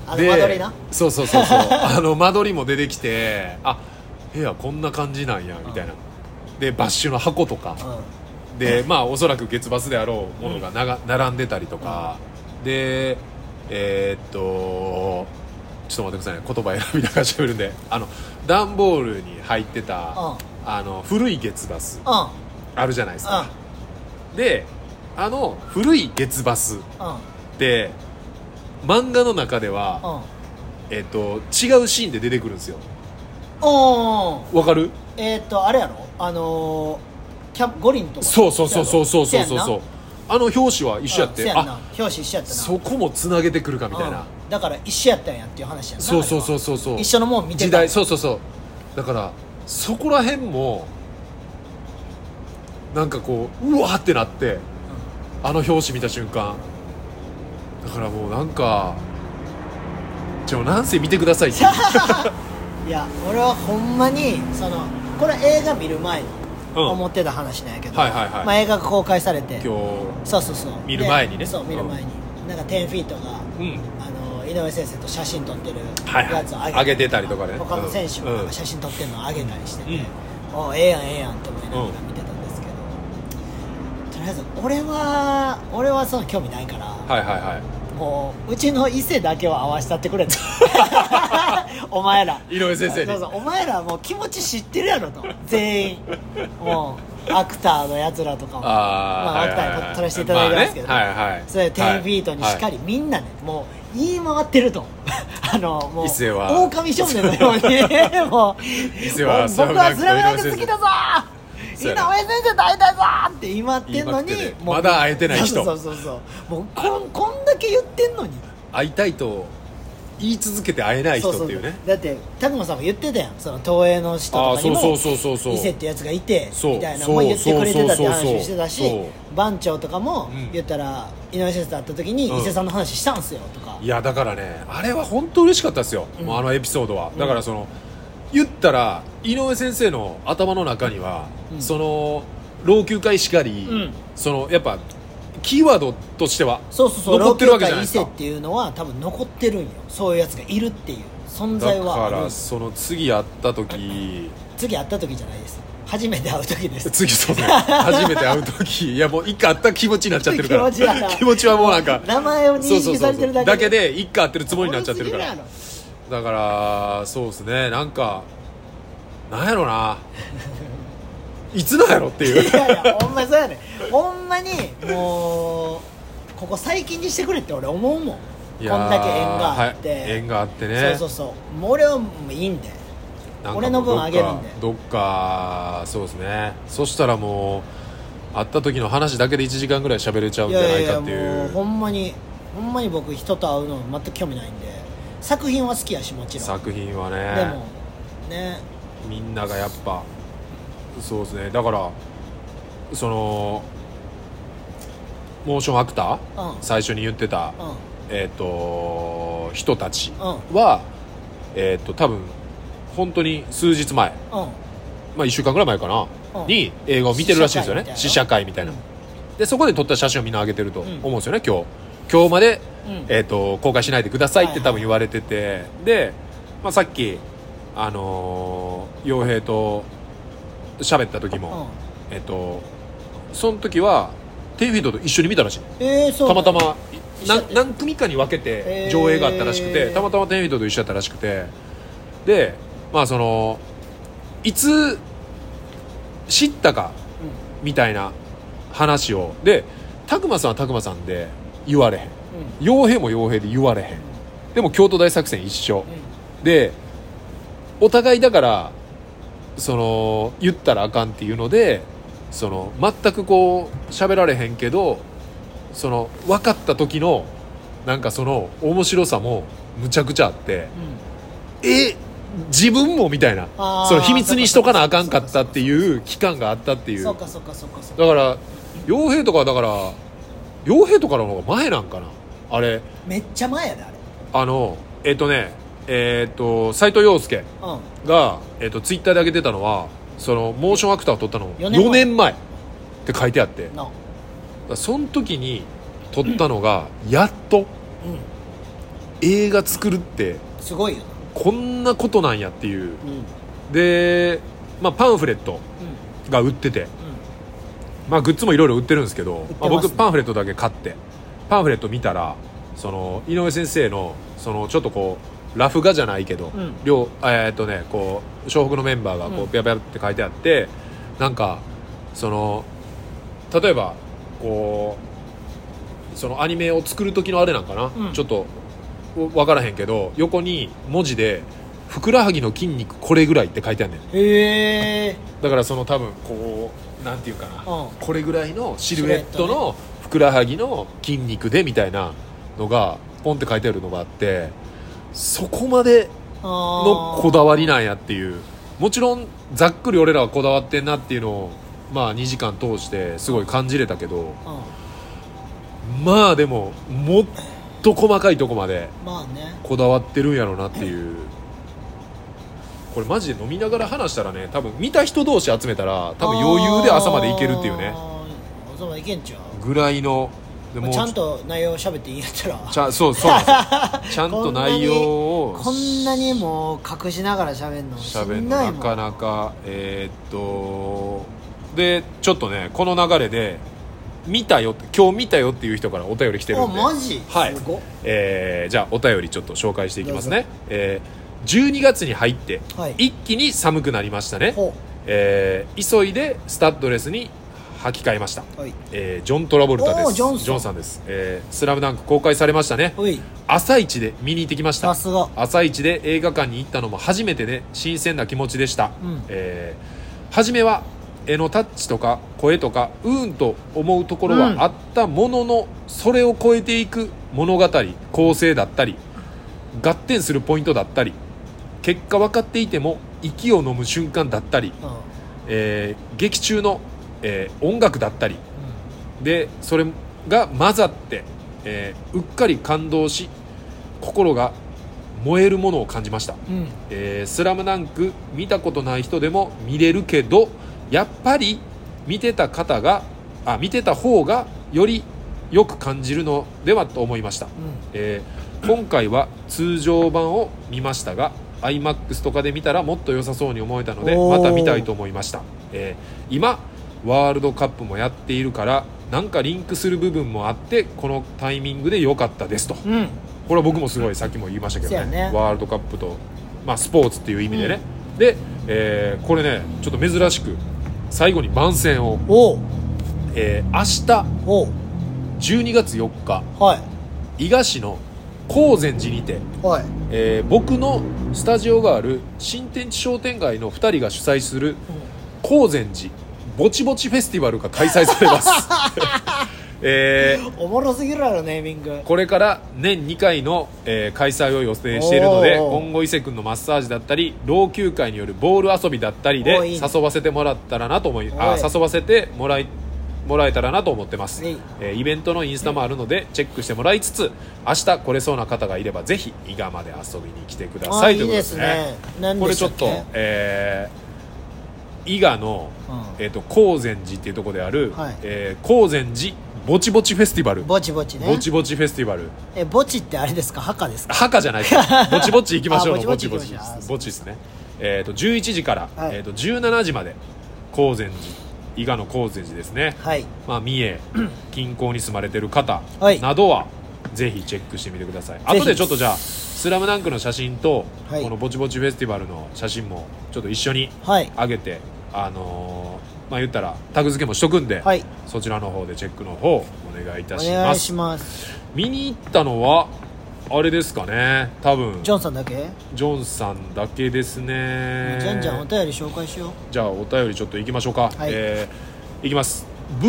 あの
で
間取りな
そうそうそ
[LAUGHS]
うそうあの間取りも出てきてあ部屋こんな感じなんやみたいなでバッシュの箱とか、
う
でまあおそらく月バスであろうものがなが、並んでたりとか、でえーっとちょっと待ってくださいね言葉選びながら喋るんであの段ボールに入ってた、
うん
あの古い月バス
んうん
あるじゃないですか、であの古い月バス
う
って漫画の中では、
んうん
えーっと違うシーンで出てくるんですよ
おー
わかる
えーっとあれやろあのーキャゴリンとか
そうそうそうそうそうそう
せ
そ
や
うん
な
そうあの表紙は一緒やっ
うんせ
て
やんな
あ
表紙一緒やったな
そこもつなげてくるかみたいな、
うんだから一緒やったんやっていう話やんな
そうそうそううそうそう
一緒のもん見て
時
た
代そうそうそうだからそこら辺もなんかこううわーってなってあの表紙見た瞬間だからもうなんか「じゃあなんせ見てくださ
[LAUGHS]
い」って
[LAUGHS] いや俺はほんまにそのこれ映画見る前に
うん
思ってた話なんやけど、
はいはいはい
まあ、映画が公開されて
今日
そうそうそう
見る前にね
でそう見る前に、なんか10フィートが
うん
あの井上先生と写真撮ってる
はいはい
やつを
上げてたりとかね
他の選手
うん
もなんか写真撮ってるのを上げたりしてて、
うん
おうええやんええやんと思いながら見てたんですけど、とりあえず俺は俺はその興味ないから、
はいはいは
もううちの伊勢だけは合わせたってく
[LAUGHS]
れとお前ら
井上先生に
そうそうお前らもう気持ち知ってるやろと全員もうアクターのやつらとかも
あー
まあ、
は
ア
いは
クタ
いはい
ーに撮撮らせていただいてますけど、
まあねはいはい
それテンフィートにしっかり、みんなねもう言い回ってると [LAUGHS] あのもう
伊勢は
狼少年のよう
[LAUGHS]
にもう
勢は
もう
スラム
僕
ダ
は
ンク
ス
と
ラムダンク好きだぞ井
そう
上
や
先
な
生大体ぞーって言い回ってんのに
言い回ってる
もう
まだ会えてない人
そうそうそうそうもうこんこんだけ言ってんのに
はい、会いたいと言い続けて会えない人
そ
っ
そ
ていうね
だって拓磨さんも言ってたやんその東映の人とかにも
あーそうそうそうそうそう
伊勢ってやつがいて
そう
みたいなもう言ってくれてたって話をしてた
そうそう
し
そうそ
番長とかも
うん
言ったら井上先生と会った時に
うん
伊勢さんの話したんすよとか
いやだからねあれは本当嬉しかったですよ、
うん
もうあのエピソードは
ん
だからその、言ったら井上先生の頭の中には、
うん
その老朽化しかり、
うん
そのやっぱキーワードとしては
そうそうそう
残ってるわけじゃないですか
老朽化伊勢っていうのは多分残ってるんよそういうやつがいるっていう存在
だ
はあ
か
る
らその次会った時
次会った時じゃないです初めて会う時です
次そうね初めて会う
[LAUGHS]
時いやもう一回会った気持ちになっちゃってるか
気
ら
持ちやな
気持ちはもうなんか
名前を認
そうそう
識
そ
さ
う
れ
そ
て
う
る
だ
だ
け
けで
で一回会ってるつもりになっちゃってるか
お
ら
もろすぎ
だからそうですねなんかなんやろないつなんやろって
[LAUGHS]
いう
るやろいやいやほんまそうやねほんまにもうここ最近にしてくれって俺思うもんこんだけ
い
縁
やー
があって、
はい縁があってね
そうそうそうもう俺はもういいんで
なんかもう
俺の分あげるんで
どっかどっかそうですねそしたらもう会った時の話だけで1時間ぐらい喋れちゃうん
い
じゃ
や
ないい
や
か
い
って
や
い
も
う
うほんまにほんまに僕人と会うの全く興味ないんで作品は好きやしもちろん
作品は
で
ね
もね
みんながやっぱそうですねだからそのモーションアクター、
うん
最初に言ってた、
うん
えー、と人たち
う
は、えー、と多分本当に数日前、
うん
まあ、1週間ぐらい前かな、
うん
に映画を見てるらしいんですよね試
試
写
写
会みたいな、でそこで撮った写真をみんな上げてると
ん
思うんですよね、今日今日まで、
うん
えー、と公開しないでくださいっ
はい
て
はい
多分言われてて、で、まあ、さっきあのー傭兵と喋った時
うん
も、えっ、とその時はテイフィードと一緒に見たらしい
えー、そう
たまた
へ
まな
一緒
何組かに分けて上映があったらしくて、
へー
たまたまテレビと一緒だったらしくてでまあそのいつ知ったかみたいな話をで拓磨さんは拓磨さんで言われへん傭兵も傭兵で言われへんでも京都大作戦一緒、でお互いだからその言ったらあかんっていうのでその全くこう喋られへんけどその分かった時のなんかその面白さもむちゃくちゃあってえ自分もみたいな
あー
その秘密にしとかなあかんかったっていう期間があったって
う
い
ん
う
そ
だ
う
か
かそうかそうかそうから
傭兵とかはだから傭兵とかの方が前なんかなあれ
めっちゃ前やであれ
あのえっ、とねえっ、と斎藤洋介
うん
が、えっとツイッターで上げてたのはそのモーションアクターを撮ったの
4
4
年前
年前って書いてあってだか
な
らその時に撮ったのが、やっと
う
映画作るって
んすごいよな
こんなことなんやっていう
うんうん
で、まあ、パンフレットが売ってて、まあ、グッズもいろいろ売ってるんですけど
ってます
まあ、僕パンフレットだけ買ってパンフレット見たらその井上先生のそのちょっとこうラフ画じゃないけど、
うん
両えーっとねこう湘北のメンバーがこ
う
うんビャビャって書いてあって、なんかその例えばこうそのアニメを作る時のあれなんかな、
うん
ちょっと分からへんけど横に文字で「ふくらはぎの筋肉これぐらい」って書いてあるねん
へえ
だからその多分こうなんていうかな、
うん
これぐらいのシルエットのふくらはぎの筋肉でみたいなのがポンって書いてあるのがあってそこまでのこだわりなんやっていうもちろんざっくり俺らはこだわってんなっていうのをまあ2時間通してすごい感じれたけど
うん
まあでももっと細かいとこまで
まあね
こだわってるんやろうなっていうこれマジで飲みながら話したらね多分見た人同士集めたら多分余裕で朝までいけるっていうね
あー朝までいけんちゃう
ぐらいので
まあちゃんと内容喋っていいんやったら
ちゃそうそ
[LAUGHS]
うなんですよちゃんと内容を
こんなにもう隠しながら喋んのし
しゃべる
ん
の
どい
な
もん
かなかえーっとでちょっとねこの流れで見たよって今日見たよっていう人からお便り来てるんで
おマジ
はい
すごっ
えーじゃあお便りちょっと紹介していきますね、えー12月に入って
はい
一気に寒くなりましたね、
ほ
えー急いでスタッドレスに履き替えました、
うはい
えージョン・トラボルタで
おー
す
ジョンさん
さんです、えースラムダンク公開されましたね
ほい
朝一で見に行ってきました
さすが
朝一で映画館に行ったのも初めてで新鮮な気持ちでした、
うん
えー初めは絵のタッチとか声とかうーんと思うところはあったものの、それを超えていく物語構成だったり合点するポイントだったり結果分かっていても息を飲む瞬間だったり、
うん
えー劇中の、えー音楽だったりでそれが混ざって、えーうっかり感動し心が燃えるものを感じました
うんうん
えースラムダンク」見たことない人でも見れるけどやっぱり見てた方があ見てた方がよりよく感じるのではと思いました、えー今回は通常版を見ましたが iMAX とかで見たらもっと良さそうに思えたので
おー
また見たいと思いました、えー今ワールドカップもやっているからなんかリンクする部分もあってこのタイミングで良かったですと
うんうん
これは僕もすごいさっきも言いましたけど
そう
ね
やね
ワールドカップと、まあ、スポーツっていう意味でね、で、えーこれねちょっと珍しく最後に番宣を、
おう
えー
おう
明日12月4日
はい
伊賀市の高善寺にて、
はい
えー僕のスタジオがある新天地商店街の2人が主催する高善寺ぼちぼちフェスティバルが開催されます、えー
おもろすぎるやろネーミング
これから年2回の、えー開催を予定しているので
おー
今後伊勢君のマッサージだったり老朽化によるボール遊びだったりで
おーいいね
誘わせてもらったらなと思いあ
おい
誘わせてもらいもらえたらなと思ってます、
はい
えーイベントのインスタもあるのでチェックしてもらいつつ明日来れそうな方がいればぜひ伊賀まで遊びに来てくださ
あ
い
い
とい
いうで
ことですす
ね
ね
何
こ
で
れ
し
ち
た
ょ
っ
っ
け
と、えー伊賀の、
うん
えー、と高善寺っていうところである、
はい
えー高善寺ぼちぼちフェスティバル
ぼちぼちね
ぼちぼちフェスティバル
えぼちってあれですか墓ですか
墓じゃな
[LAUGHS]
いですかぼちぼち行きましょう
あ
の
ぼ
ぼ
ち
ち
ぼ
ぼ
ち
ち
行きましょう
ぼちですねえっ、と11時から、
はい
えー、と17時まで高善寺伊賀の高善寺ですね、
はい
まあ、
[CLEARS THROAT]
三重近郊に住まれてる方
はい
などはぜひチェックしてみてください、後でちょっとじゃあ「スラムダンクの写真と、
はい
このぼちぼちフェスティバルの写真もちょっと一緒に
はい
上げてあのーまあ言ったらタグ付けもしとくんで、
はい
そちらの方でチェックの方お願いいた
お
しま
願い
す
します
見に行ったのはあれですかね多分
ジョンさんだけ、
ジョンさんだけですね
じゃんじゃんお便り紹介しよう
じゃあお便りちょっと行きましょうか、
はい
えーいきます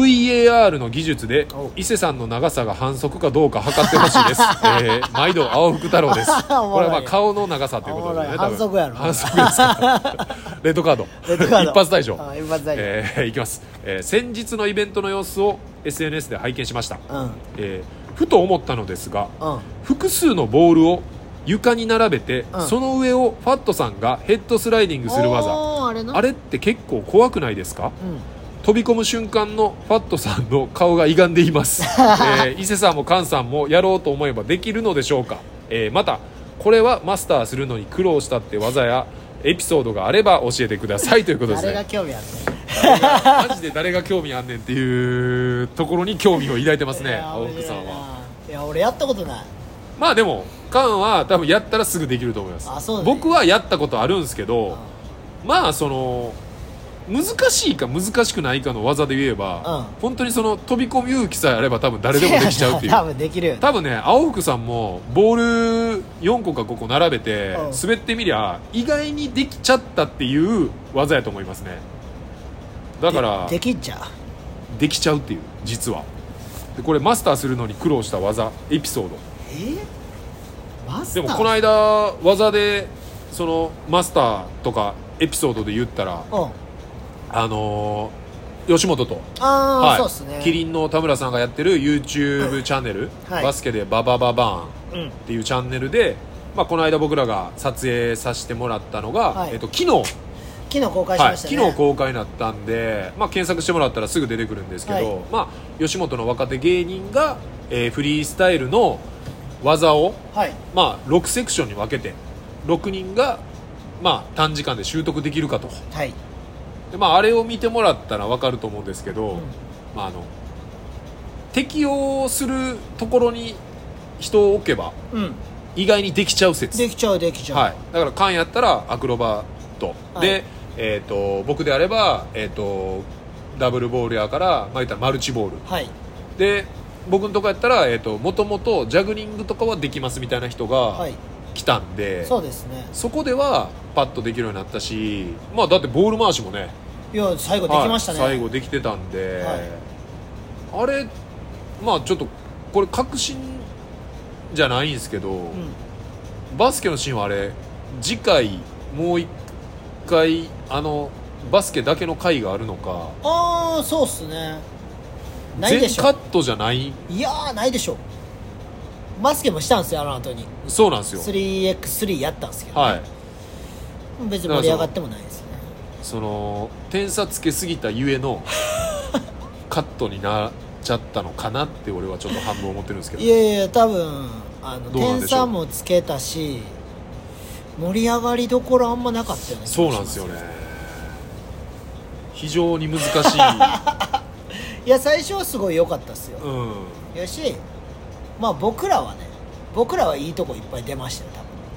VAR の技術で
お
伊勢さんの長さが反則かどうか測ってほし
[LAUGHS]
いです、えー毎度青福太郎です
おも
こ
ろい
れはまあ顔の長さということで
おもろ
ね
い
多分
反則やろ
反則で
[LAUGHS]
すかレッドカード
レッドカード
一発退場
あ一発退場
えーいきます、えー先日のイベントの様子を SNS で拝見しました、
うんうん
えーふと思ったのですが
あ
複数のボールを床に並べて、
うん
その上をファットさんがヘッドスライディングする技
あれな
あれって結構怖くないですか
うん
飛び込む瞬間のファットさんの顔が歪んで
[LAUGHS]
います、えー伊勢さんも菅さんもやろうと思えばできるのでしょうか、えーまたこれはマスターするのに苦労したって技やエピソードがあれば教えてくだ
[LAUGHS]
さいということです
誰が
ね
興味あるね
マジで誰が興味あんねんっていうところに興味を抱いてます
い
ね
や
青福さんは。
面白いないや俺やったことない
まあでも菅は多分やったらすぐできると思います
あそうだね
僕はやったことあるんですけどまあその難しいか難しくないかの技で言えば、
うん
本当にその飛び込む勇気さえあれば多分誰でもできちゃうってい
[LAUGHS] 多
う
分できるよね
多分ね青福さんもボール4個か5個並べて
うん
滑ってみりゃ意外にできちゃったっていう技やと思いますねだから
でできんちゃう
できちゃうっていう実はでこれマスターするのに苦労した技エピソード
えマスタ
で
ー
もこの間技でそのマスターとかエピソードで言ったら
うん
あのー吉本と、
ああ、
はい
そうっすね
キリンの田村さんがやってる YouTube チャンネル、
はい
バスケでババババーン
うん
っていうチャンネルで、まあ、この間僕らが撮影させてもらったのが、
はい
えっと、昨日
昨日公開し
はい、
ました
昨
ね、
日公開になったんで、まあ、検索してもらったらすぐ出てくるんですけど、
はい
まあ、吉本の若手芸人が、えーフリースタイルの技を
はい
まあ、6セクションに分けて6人が、まあ、短時間で習得できるかと
はい
で、まあ、あれを見てもらったら分かると思うんですけど、
うん
まあ、あの適応するところに人を置けば
うん
意外にできちゃう説、
できちゃうできちゃう、
はい、だから缶やったらアクロバット、
はい
で、えー、と僕であれば、えー、とダブルボールやから、まあ、言ったらマルチボール
はい、
で僕のとこやったら、えー、ともともとジャグリングとかはできますみたいな人
は
が
い、
来たんで、
そうですね
そこではパッとできるようになったし、まあ、だってボール回しもね
いや最後できましたね、
はい最後できてたんで、あれまあちょっとこれ確信じゃないんですけど、
うん
バスケのシーンはあれ次回もう一回あのバスケだけの回があるのか
ああそうっすねない
全
でし
カッ
ょ
トじゃない
いやーないでしょバスケもしたんですよあの後に
そうなんですよ
3x3 やったんですけど、
はい
別に盛り上がってもないですね
その点差つけすぎたゆ
[LAUGHS]
えのカットになっちゃったのかなって俺はちょっと半分思ってるんですけど
いやいや多分あの
どうなん
点
でしょう
差もつけたし盛り上がりどころあんまなかったよね
そうなんですよね非常に難し
[LAUGHS]
い、
いや最初はすごい良かったっすよ、
うん、
よしまあ僕らはね僕らはいいとこいっぱい出ましたよ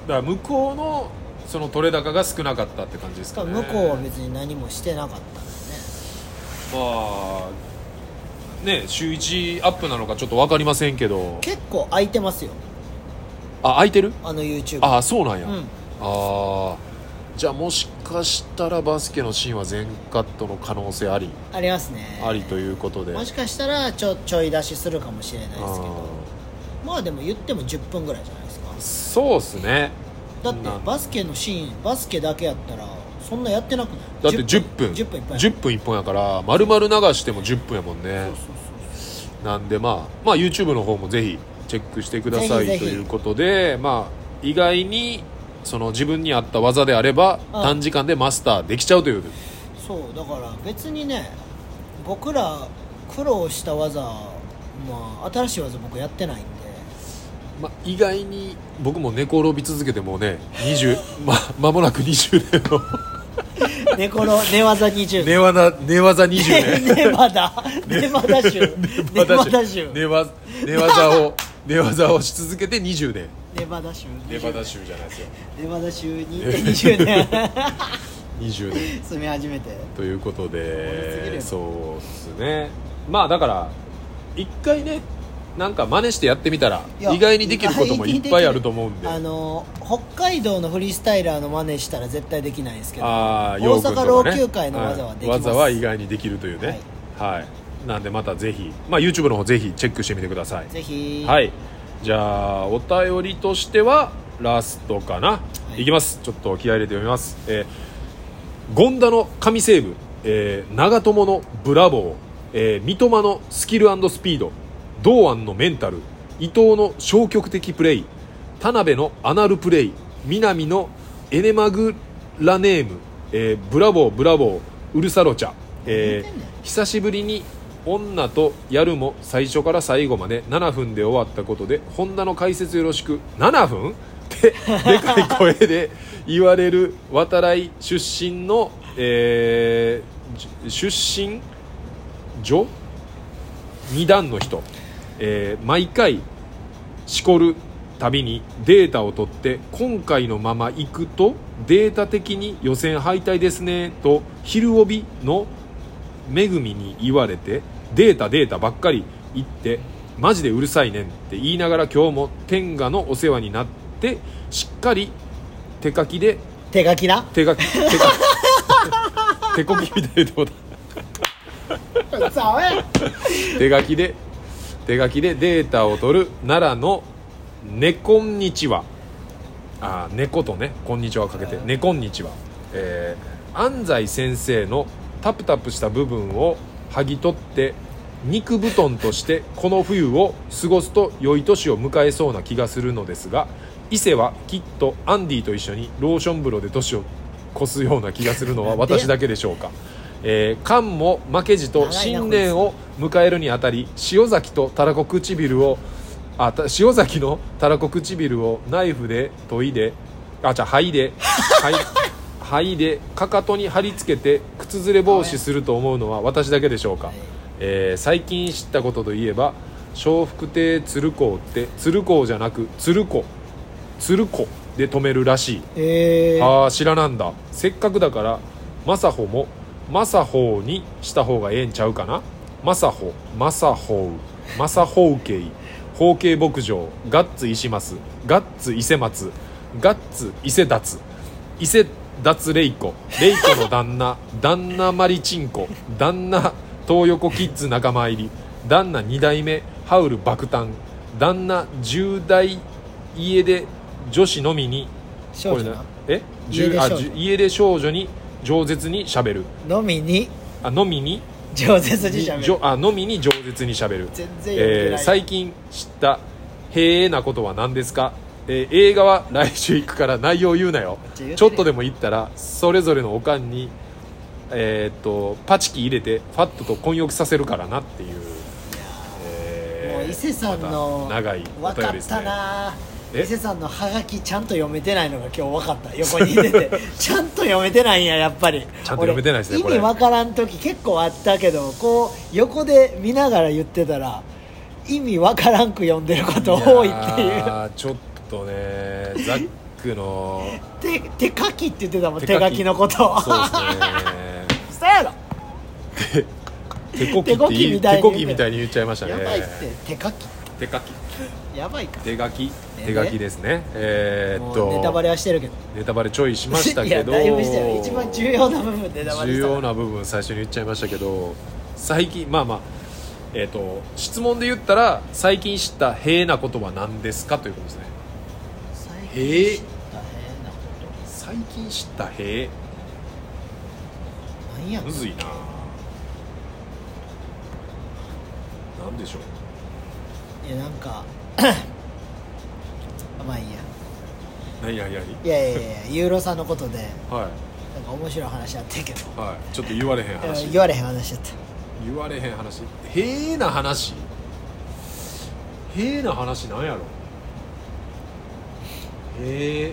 だから向こうのその取れ高が少なかったって感じです
多
かね
分向こうは別に何もしてなかったんでね
まあね週1アップなのかちょっと分かりませんけど
結構空いてますよ
あ空いてる
あの YouTube
ああそうなんや、
うん
ああじゃあもしかしたらバスケのシーンは全カットの可能性あり
ありますね
ありということで
もしかしたらちょちょい出しするかもしれないですけど
あ
まあでも言っても10分ぐらいじゃないですか
ーそうっすね
だって
なん
バスケのシーンバスケだけやったらそんなやってなくない
だって10分
10分いっぱい
10分1本やから丸々流しても10分やもんね
そうそう
なんでまあまあ YouTube の方もぜひチェックしてください
ぜひぜひ
ということでまあ意外にその自分に合った技であれば
うん
短時間でマスターできちゃうという
そうそうだから別にね僕ら苦労した技まあ新しい技僕やってないんで
まあ、意外に僕も寝転び続けてもうね20ま [LAUGHS] 間もなく20年の
[LAUGHS] 寝転寝技20
寝技寝技20年
ねネバダネバダ州ネバダ州
寝技寝技を寝技をし続けて20年
ネバダ州
寝技集じゃないですよ
ネバダ州に行って20年
20
[LAUGHS]
年
住み始めて
ということ
盛りすぎる
で
よ
そうですねまあだから一回ねなんか真似してやってみたら
いや
意外にできることも
意外に
いっ
できる
ぱいあると思うんで
あ
あ
の北海道のフリースタイラーの真似したら絶対できないんですけど
あー
大
ヨーグル
阪
ト
老
とかね
朽会の技はできます、
技は意外にできるというねはい、なんでまたぜひ、まあ、YouTube の方ぜひチェックしてみてください
ぜひ
はいじゃあお便りとしてはラストかな、
い
い、きますちょっと気合い入れて読みます、えー、権田の神セーブ、えー長友のブラボー、えー三笘のスキルスピード堂安のメンタル伊藤の消極的プレイ田辺のアナルプレイ南のエネマグラネーム、えーブラボーブラボーウルサロチャ、え
何言ってんねん
ー久しぶりに女とやるも最初から最後まで7分で終わったことで本田の解説よろしく7分ってでかい声で言われる渡来出身の、えーじ出身女二段の人、えー毎回しこるたびにデータを取って今回のまま行くとデータ的に予選敗退ですねと昼帯のめぐみに言われてデータデータばっかり言ってマジでうるさいねんって言いながら今日も天下のお世話になってしっかり手書きで
手書
[LAUGHS]
きな
手書き手書き手こきみたいなこと手書きで手書きでデータを取る奈良の「ねこんにちは」あー猫とね「こんにちは」をかけて「ねこんにちは」えー安西先生のタプタプした部分を剥ぎ取って肉布団としてこの冬を過ごすと良い年を迎えそうな気がするのですが伊勢はきっとアンディと一緒にローション風呂で年を越すような気がするのは私だけでしょうか、えー、漢も負けじと新年を迎えるにあたり塩崎とたらこ唇をあた塩崎のたらこ唇をナイフで研いであじゃあ肺で肺肺でかかとに貼り付けて靴ずれ防止すると思うのは私だけでしょうか、えー最近知ったことといえば笑福亭鶴光って鶴光じゃなく鶴子鶴子で止めるらしい
えー、
ああ知らなんだせっかくだからマサホもマサホにした方がええんちゃうかなマサホマサホウマサホウケイホウケイ牧場ガッツ石松ガッツ伊勢松ガッツ伊勢達伊勢達レイコレイコの旦那 [LAUGHS] 旦那マリチンコ旦那東横キッズ仲間入り旦那2代目ハウル爆誕旦那10代家で女子のみに
少女
これ
な
なえ
家出
家で
少
あ
女
じゅ家出少女に饒舌にしゃべる
のみに
あのみに
饒舌にしゃべる
にじょあのみに饒舌にしゃべる
全然読めて
え
な
ー
い、
最近知った「へえなことは何ですか?」えー映画は来週行くから内容言うなよ
ちょ言うてね
ちょっとでも言ったらそれぞれのおかんにえーっとパチキ入れてファットと混浴させるからなっていう、えー
もう伊勢さんの
また長いお
分
便
か
り
っ
です
た
ね
な
え
伊勢さんのハガキちゃんと読めてないのが今日分か
[LAUGHS]
った横にいててちゃんと読めてないんややっぱりちゃん
と読めてないですねこれ
意味分からん時結構あったけどこう横で見ながら言ってたら意味分からんく読んでること多いっていう
やーちょっとねザックの
手手書きって言ってたもん手
手書
書
き
きの [LAUGHS] ことを
そう
そやろ
ですね手こきって言う
手
手
こ
こ
き
き
み
み
た
たいに言っちゃいましたね
やばいって手書き
手書き
やばいか
手書き
ね
手書きですねえーっ
も
と
うネタバレはしてるけど
ネタバレちょいしました
[LAUGHS] い
け
や
ど
だいぶしてる一番重要な部分ネタバレ
重
した
要な部分最初に言っちゃいましたけど最近まあまあえーっと質問で言ったら最近知った「へえなことは何ですか?」ということですね
最
え
近知
ー
った変なこ
最近知った「へえ
となんや」
むずいななんでしょう
いやなんかまあいいや
何や何
いやいやいやユーロさんのことで
はい
なんか面白い話あってんけど
はい、ちょっと言われへん話
うん言われへん話だった
言われへん話へえな話へえな話なんやろへえ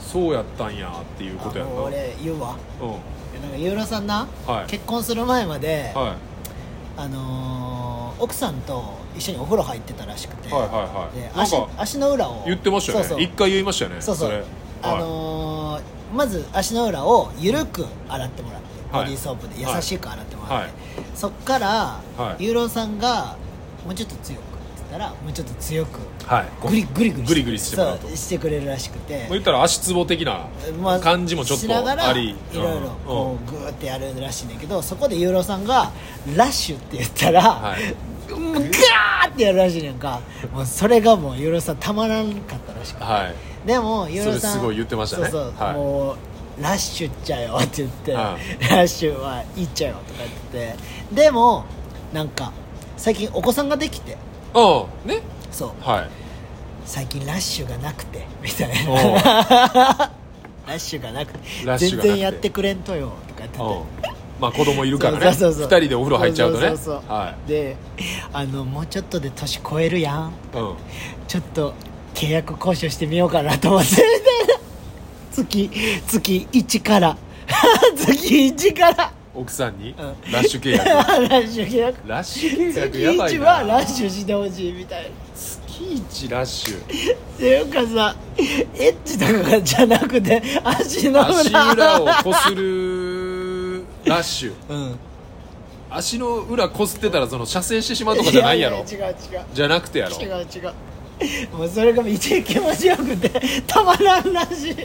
そうやったんやっていうことやん
あ
な
もう俺言うわ
うん
いやなんかユーロさんな、
はい
結婚する前まで、
は
あのー奥さんと一緒にお風呂入ってたらしくて、
いはいはいはい
で
なん
足
か
足の裏を
言ってましたよね
そうそう
一回言いましたよね
そうそう
れはい
あのーまず足の裏を緩く洗ってもらって、
はい
ボディーソープで優しく洗ってもらって、
はい
そっから、
はい
ユーロさんがもうちょっと強くって言ったらもうちょっと強く
はい
グリグリグリ
グリグリしてもらうと
そうしてくれるらしくて
まあ言ったら足つぼ的な
まあ
感じもちょっ
し
と
ながら
あり
いろいろ
うん
こうグーってやるらしいんだけどそこでユーロさんが「ラッシュ」って言ったら、
はい
もうガーってやるらしいねんかもうそれがもうユーロさんたまらんかったらしくて
はい
でもユーロさん
それすごい言ってましたね
そうそう、
はい
もうラッシュっちゃよって言って、
は
ラッシュはいっちゃよとか言ってでもなんか最近お子さんができて
うんね
そう
はい
最近ラッシュがなくてみたい
おう
な [LAUGHS] ラッシュがなくて
ラッシュ
全
がなくて
然やってくれんとよとか言ってて
うんまあ子供いるからね
そうそうそう
2人でお風呂入っちゃうとね
そそそそ
は
であのもうちょっとで年超えるやん
いうん
ちょっと契約交渉してみようかなと思ってみ [LAUGHS] たいな月月1から [LAUGHS] 月1から
奥さんに
う
ラッシュ契
ラ [LAUGHS]
約
ッシュ契約
ラッシュ契約
月
やばい
1はラ
な
ッシュしてほしいみたいな
月一ラッシュ
っていうかさエッチとかじゃなくて足の裏
足裏をこするラッシュ
[LAUGHS] うん
足の裏こすってたらその射精してしまうとかじゃないやろ
いやいや違う違う
じゃなくてやろ
違う違うもうそれがめっちゃ気持ちよくて [LAUGHS] たまらんらしい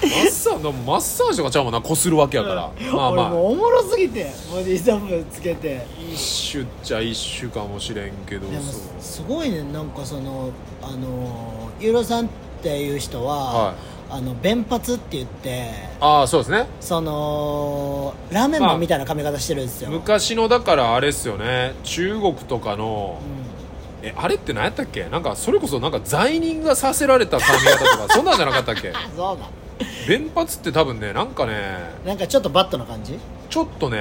マッサージでもマッサージとかちゃうもんなこするわけやから、まあ
俺
ま
も
あ
うおもろすぎてボディサブつけて
一種っちゃ一種かもしれんけど
でも
そう
すごいねなんかそのあのユーロさんっていう人は、
はい
あの弁髪って言って
ああそうですね
そのラーメンマンみたいな髪型してるんですよ、
昔のだからあれっすよね中国とかの
う
えあれって何やったっけなんかそれこそなんか罪人がさせられた髪型
[LAUGHS]
とかそんなんじゃなかったっけ
んあそうだ
弁髪って多分ねなんかね
なんかちょっとバットな感じ
ちょっとね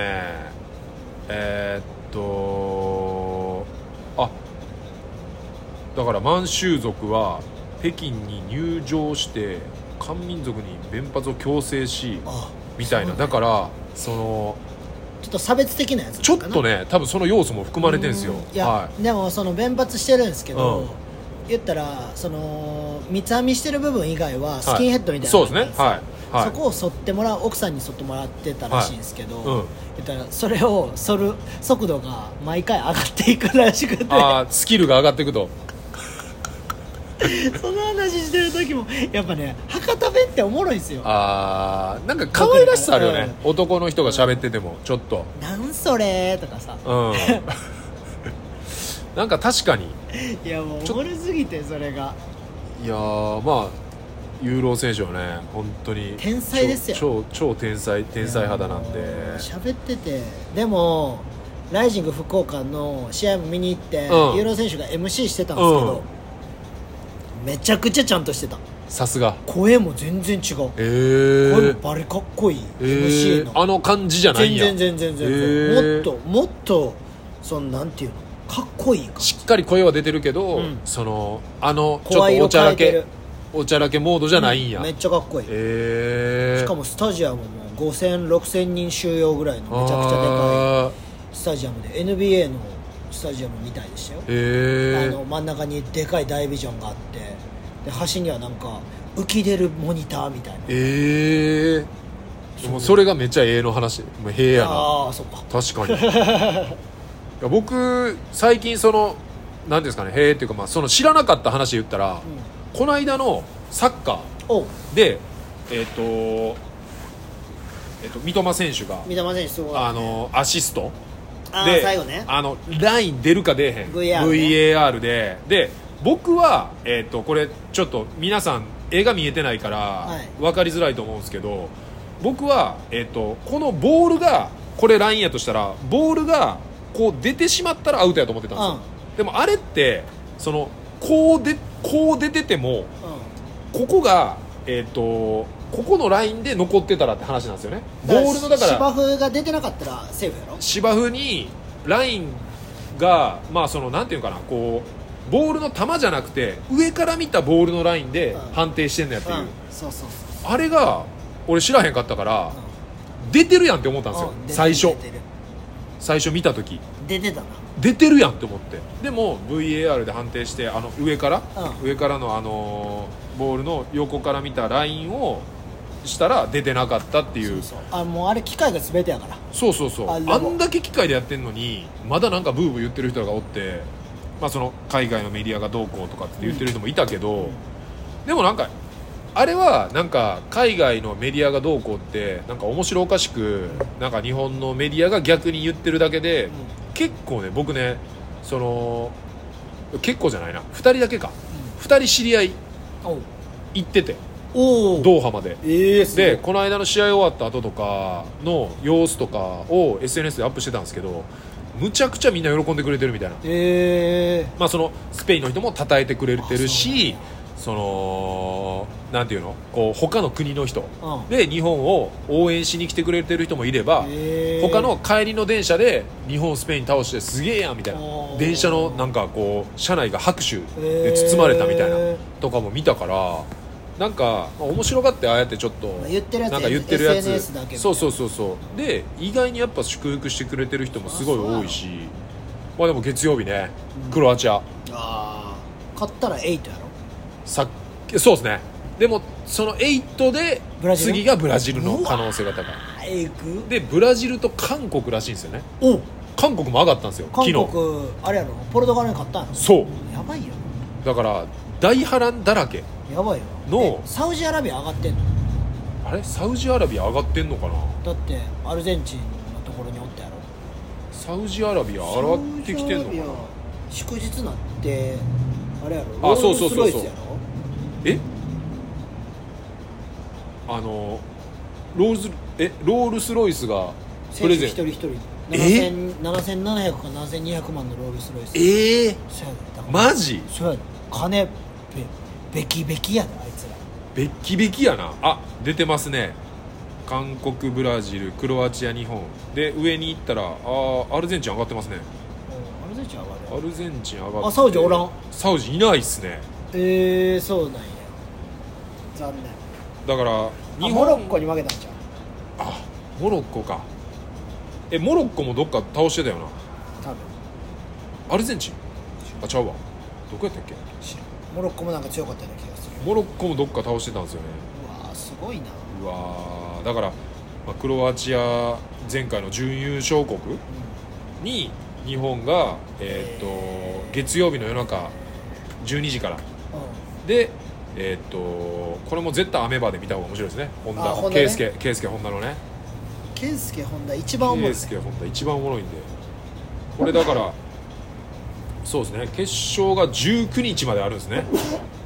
えーっとあだから満州族は北京に入城して漢民族に弁髪を強制し
あ
みたいなだからその
ちょっと差別的なやつ
ちょっと
ね
ね多分その要素も含まれてるんですよ
いや、
は
でもその弁髪してるんですけど、
うん
言ったらその三つ編みしてる部分以外はいスキンヘッドみたいな
そう
感
で
じ
す
な
ね
んよ、
はいはい
そこを剃ってもらう奥さんに剃ってもらってたらしいんですけど、
はいうん
言ったらそれを剃る速度が毎回上がっていくらしくて
ああスキルが上がっていくと
[LAUGHS] その話してる時もやっぱね博多弁っておもろいんですよ
ああなんか可愛らしさあるよね、男の人が喋っててもちょっと
なんそれとかさ
うん
[LAUGHS]
なんか確かに
いやもうおもろすぎてそれが
いやーまあユーロ選手はね本当に
天才ですよ
超超超天才天才肌なん
い
で
やもう喋っててでもライジング福岡の試合も見に行って、
うん
ユーロ選手が MC してたんですけど、めちゃくちゃちゃんとしてた
さすが
声も全然違う、
え
声
ー
も、バリかっこいい、
え
MC
ー、
の
あの感じじゃないん
全
や
然全然全然、
えー
もっともっとそのなんていうのかっこいいか
しっかり声は出てるけど、
うん
そのあのちょっ
声
と
色
おちゃ
変
ら
えてる
けおちゃらけモードじゃないんや、
めっちゃかっこいい、
えー、
しかもスタジアムも50006000人収容ぐらいのめちゃくちゃでか
あー
いスタジアムで NBA のスタジアムみたいでしたよあ
え
の真ん中にでかい大ビジョンがあってで端にはなんか浮き出るモニターみたいな
ー、えーでもそれがめっちゃええの話もうええやな
ああそっか
確かに [LAUGHS] いや僕最近その何ですかねへえっていうか、まあ、その知らなかった話で言ったら、この間のサッカ
おう
ーでえっ、とえっ、と三笘選手が
三笘選手すごい
あのアシスト
あー
で
最後ね
あのライン出るか出えへん
VAR ね
VAR でで僕は、えっとこれちょっと皆さん絵が見えてないから
い
分かりづらいと思うんですけど、僕は、えっとこのボールがこれラインやとしたらボールがこう出てしまったらアウトやと思ってたんですよ、でもあれってそのこうでこう出ててもここが、えっとここのラインで残ってたらって話なんですよね
うん
ボールのだから
芝生が出てなかったらセーフやろ
芝生にラインがまあそのなんていうのかなこうボールの球じゃなくて上から見たボールのラインで
うん
判定してんのやっていう、
うんそうそうそ
あれが俺知らへんかったから
う、
出てるやんって思ったんです
う
よ
ん出てる
最初
出てる
最初見た時
出てたな
出てるやんって思ってでも VAR で判定してあの上から、
うん
上からのあのーボールの横から見たラインをしたら出てなかったっていう
そうあもうあれ機械が全てやから
そうそうそう
あ
あ
でも
んだけ機械でやってんのにまだなんかブーブー言ってる人らがおって、まあ、その海外のメディアがどうこうとかって言ってる人もいたけど、でもなんかあれはなんか海外のメディアがどうこうってなんか面白おかしくなんか日本のメディアが逆に言ってるだけで、結構ね僕ねその結構じゃないな2人だけか、2人知り合い
おう
行ってて
おう
ドーハまで
ええー、すごい
でこの間の試合終わった後とかの様子とかを SNS でアップしてたんですけどむちゃくちゃみんな喜んでくれてるみたいな、
え
まあ、そのスペインの人も称えてくれてるし
あ
そのなんていうのこう他の国の人
えー、うん
で日本を応援しに来てくれてる人もいれば、
えー
他の帰りの電車で日本スペイン倒してすげえやんみたいな
おー
電車のなんかこう車内が拍手で包まれたみたいな
え
とかも見たからなんかまあ面白がってああやってちょっと
あ言ってるやつ
なんか言ってるやつ
SNS だけみたいな
そうそうそうそうで意外にやっぱ祝福してくれてる人もすごい多いしまあでも月曜日ねクロアチア
ああ買ったら8やろ
さっきそうですねでもその8で
ブラジル
次がブラジルの可能性が高い
あーえぐ
でブラジルと韓国らしいんですよね
お
韓国も上がったんですよ昨
韓
日
国あれやろポルトガルに勝ったんや
そう
ろやばいよ
だから大波乱だらけ
やばいよ
の
えサウジアラビア上がってんの
あれサウジアラビア上がってんのかな
だってアルゼンチンのところにおったやろ
サウジアラビア上がってきて
サウジア
んのか
ラビ
な
ア祝日なってあれやろ
あそうそうそうそう
ロールスロイスやろ
えあのロールスえロールス・ロイスがプ
選
レ
手
ゼ
一人
ン
一人
え
7000 7700か7200万のロールスロイス
ええ
そうやでだから
マジ
そうやで金べべきべきやであいつら
べっきべきやなあ出てますね韓国ブラジルクロアチア日本で上に行ったらあーアルゼンチン上がってますね
うんアルゼンチン上がるや
ア
ろ
ルゼンチン上がって
あサウジおらん
サウジいないっすね
ええそうなんや残念
だから
日
日本
モロッコに負けたんじゃん
あモロッコかえモロッコもどっか倒してたよな
多分
アルゼンチンあちゃうわどこやったっけ
知らんモロッコもなんか強かったような気がする
モロッコもどっか倒してたんですよね
うわーすごいな
うわーだから、まあ、クロアチア前回の準優勝国に日本が、えーっと月曜日の夜中12時から
う
でえーっとこれも絶対アメバで見た方が面白いですね本
あホンダ
田
ね
圭佑圭佑本田のね
ん健介本田一番思
ケ
う
イスケは本当は一番おもろいんでこれだからそうですね決勝が19日まであるんですね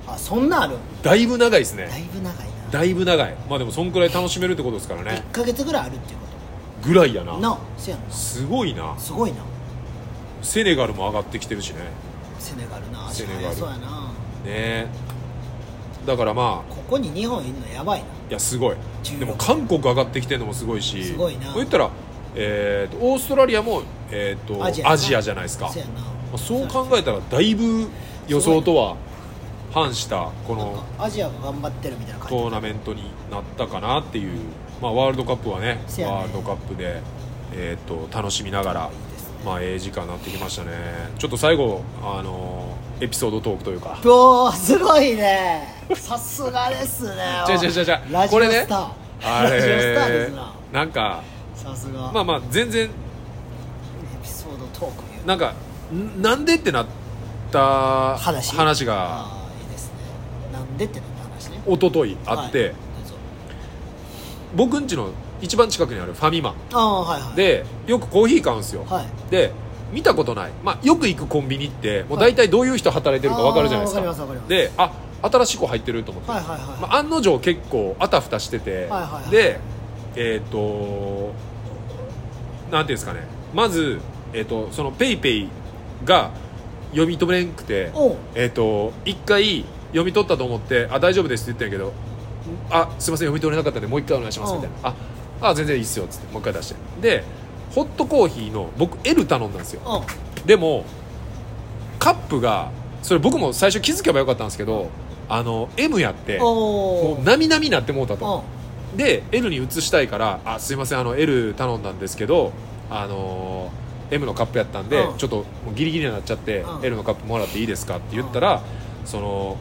あそんなんある
だいぶ長いです
だ
ね
いぶ長いな
だいぶ長いまあでもそんくらい楽しめるってことですからね
1ヶ月ぐらいあるっていうこ
ぐらいや
と
な
なあせやんな
すごいな
すごいな
セネガルも上がってきてるしね
セネガルな足
セネガル
速そうやな
ねえだからまあ
ここに日本いんのやばいない
やすごい
16
でも韓国上がってきてるのもすごいし
すごいな
言ったら、えーとオーストラリアも、えーと
ア
ア
ジ
ジ
アな
アじゃないですか
せやな
まあそう考えたらだいぶ予想とは反したこ
なん
の
かアジアが頑張ってるみたいな感じ
トーナメントになったかなっていう、まあ、ワールドカップはね
せやね
ワールドカップで、えー、と楽しみながら、
いいですね
まあ、ええ時間になってきましたねちょっと最後、あのーエピソードトークとい
[LAUGHS]
うか
おーすごいねさすがです
[LAUGHS]
ね
違う違う違う違う
ラジオ
これね
スター、
あ
ラジオスターで
れ
すな
なんか
さすが、
まあまあ全然
エピソードトークいう
なんかんなんでってなった
話
が
あーいいですねなんでってなった話ね
一昨日あって、
はいどうぞ
僕ん家の一番近くにあるファミマ
あーはいはい
でよくコーヒー買うんですよ、
はい
で見たことない、まあ、よく行くコンビニってもう大体どういう人働いてるか分かるじゃないですか,、
あーわかりますわかります
であ新しい子入ってると思って、
はいはいはい、
まあ、案の定結構あたふたしてて、
はいはいはい
でえっ、となんていうんですかねまず、えー、とそのペイペイが読み取れんくて
おう
えっ、と一回読み取ったと思って「あ大丈夫です」って言ったんやけど「あすいません読み取れなかったんでもう一回お願いします」みたいな「ああ全然いいっすよ」っつってもう一回出してでホットコーヒーの僕 L 頼んだんですよ
おう
でもカップがそれ僕も最初気づけばよかったんですけどあの M やっても
お
う
う
なみなみなってもうた
おう
とで L に移したいから「あすいませんあの L 頼んだんですけどあのー M のカップやったんで
うん
ちょっともうギリギリになっちゃって
うん
L のカップもらっていいですか?」って言ったらその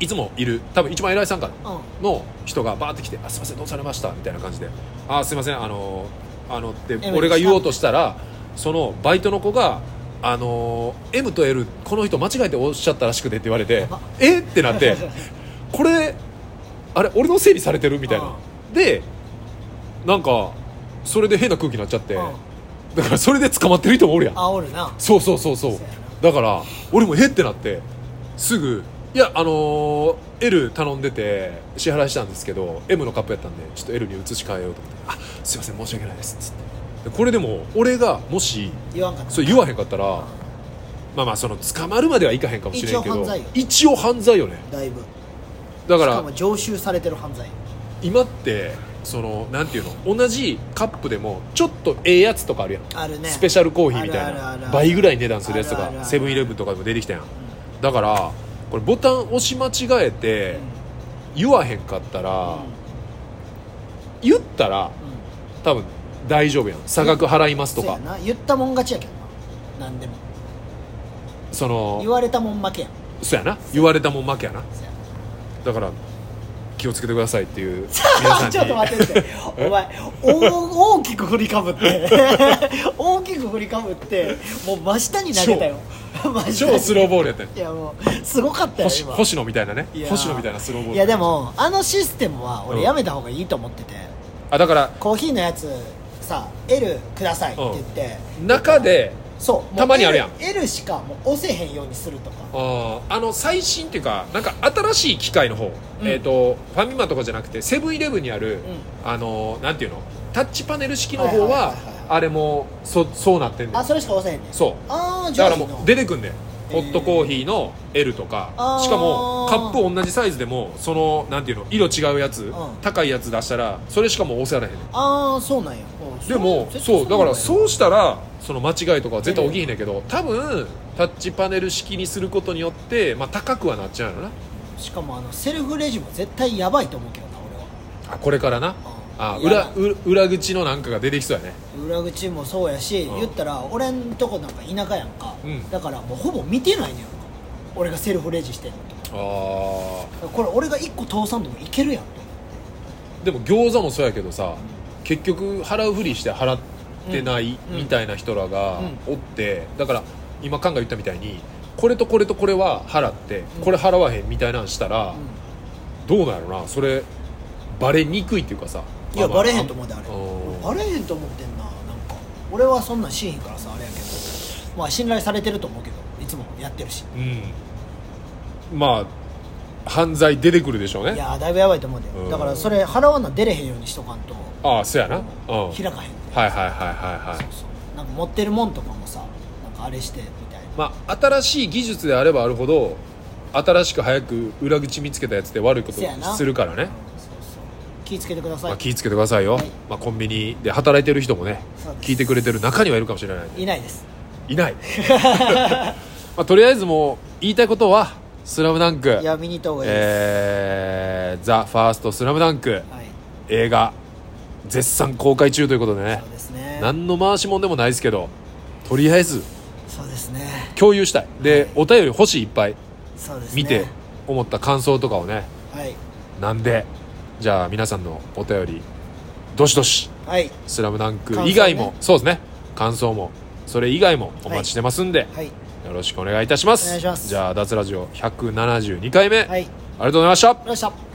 いつもいる多分一番偉いさんか
うん
の人がバーって来て「あすいませんどうされました」みたいな感じで「あすいませんあのあの」って
M
俺が言おうとしたらそのバイトの子が「あの M と L この人間違えておっしゃったらしくて」って言われて
ば
「えっ?」て
[LAUGHS]
なってこれあれ俺の整理されてるみたいなでなんかそれで変な空気になっちゃって
うん
だからそれで捕まってる人もおるやん
あおるな
そうそうそうそう
そうや
だから俺もへってなってすぐ「いやあのー L 頼んでて支払いしたんですけど M のカップやったんでちょっと L に移し替えようと思って「あすいません申し訳ないです」っつってでこれでも俺がもし
言わんかった
それ言わへんかったらまあまあその捕まるまではいかへんかもしれんけ
一応犯
ど
罪よ
一応犯罪よね
だいぶ
だか
しからも常習されてる犯罪
今ってそのなんていうの同じカップでもちょっとええやつとかあるやん
あるね
スペシャルコーヒーみたいな
あるあるあるある
倍ぐらい値段するやつと
あるあるあ
か
る
セブンイレブンとかでも出てきたやんだからこれボタン押し間違えて言わへんかった
うん
ら言ったら多分大丈夫やん差額払いますと
そうや
か
な言ったもん勝ちやけどな何でも
そ
言
の
われたもん負けやん
そうやな言われたもん負けやな
そうや
だから気をつけてくださいってい
[LAUGHS]
う
ちょっと待ってってお前お大きく振りかぶって [LAUGHS] 大きく振りかぶってもう真下に投げたよ [LAUGHS] 真下に
超スローボールやったよ
いやもうすごかったよ
星
今
星野みたいなね
いや
星野みたいなスローボール
いやでもあのシステムは
う
俺
ん
やめた方がいいと思ってて、
あだから
コーヒーのやつさ L くださいって言って、
中で
そうもう
たまにあるやん
L, L しかもう押せへんようにするとか
あーあの最新っていうかなんか新しい機械の方、
うん
えっ、とファミマとかじゃなくてセブンイレブンにある、
う
あのーなんていうのタッチパネル式の方は,、
はいはいはいはい
あれもそそうなってんね
あ
ん
それしか押せへんねん
そ
ああ
う
じ
だ
ゃ
か
あ
ら
いい
も
の
う出てくんねん
え
ホ
ー
ットコーヒーの L とか
あー
しかもカップ同じサイズでもそのなんていうの色違うやつ、高いやつ出したらそれしかもう押せられへんねん
ああそうなんやお
でも
絶対
そうだから
う
そうしたらその間違いとかは絶対起きひんねんけど多分タッチパネル式にすることによって、まあ、高くはなっちゃうのな
しかもあのセルフレジも絶対やばいと思うけどな俺は
あこれからなあ
いや
裏う裏口のなんかが出てきそうやね
裏口もそうやし、
うん
言ったら俺んとこなんか田舎やんか、
うん
だからもうほぼ見てないのよ俺がセルフレジしてんのと
あ
これ俺が1個通さんでもいけるやんと
ーでも餃子もそうやけどさ結局払うふりして払ってない
うん
みたいな人らがおって、だから今カンが言ったみたいにこれとこれとこれは払って
うん
これ払わへんみたいなんしたら、どうなんやろなそれバレにくいっていうかさ
いや、
まあまあ
バレへんと思うであれ
うん
バレへんと思ってんななんか俺はそんなんしへんからさあれやけどまあ信頼されてると思うけどいつもやってるし
うんまあ犯罪出てくるでしょう
い
ね
やーだいぶやばいと思うで、
うん
だからそれ払わな出れへんようにしとかんと
ああそうやな、うん、はい
開かへん
はいはいはいはい
そうなんか持ってるもんとかもさなんかあれしてみたいな
まあ、新しい技術であればあるほど新しく早く裏口見つけたやつで悪いこと
せやな
するからね、
そうそう気ぃつけてください、
まあ、気ぃつけてくださいよ、
はい
まあ、コンビニで働いてる人もね
そうです
聞いてくれてる中にはいるかもしれないんで
いないです
いない、 [LAUGHS] まあ、とりあえずもう言いたいことは「スラムダンク
いや見に行った方がいいです、
えー「ザ・ファーストスラムダンク
はい
映画絶賛公開中ということでね
そうですね
何の回しもんでもないですけどとりあえず
そうですね
共有したいで、
はい
お便り欲しいいっぱい
そうですね
見て思った感想とかをね
はい
なんでじゃあ皆さんのお便りどしどし
はい
「スラムダンク
感想ね
以外も、そうですね感想もそれ以外もお待ちしてますんで、
はい
よろしくお願いいたします
お願いします
じゃあ脱ラジオ172回目、あり
はい
がとうございました
よっしゃ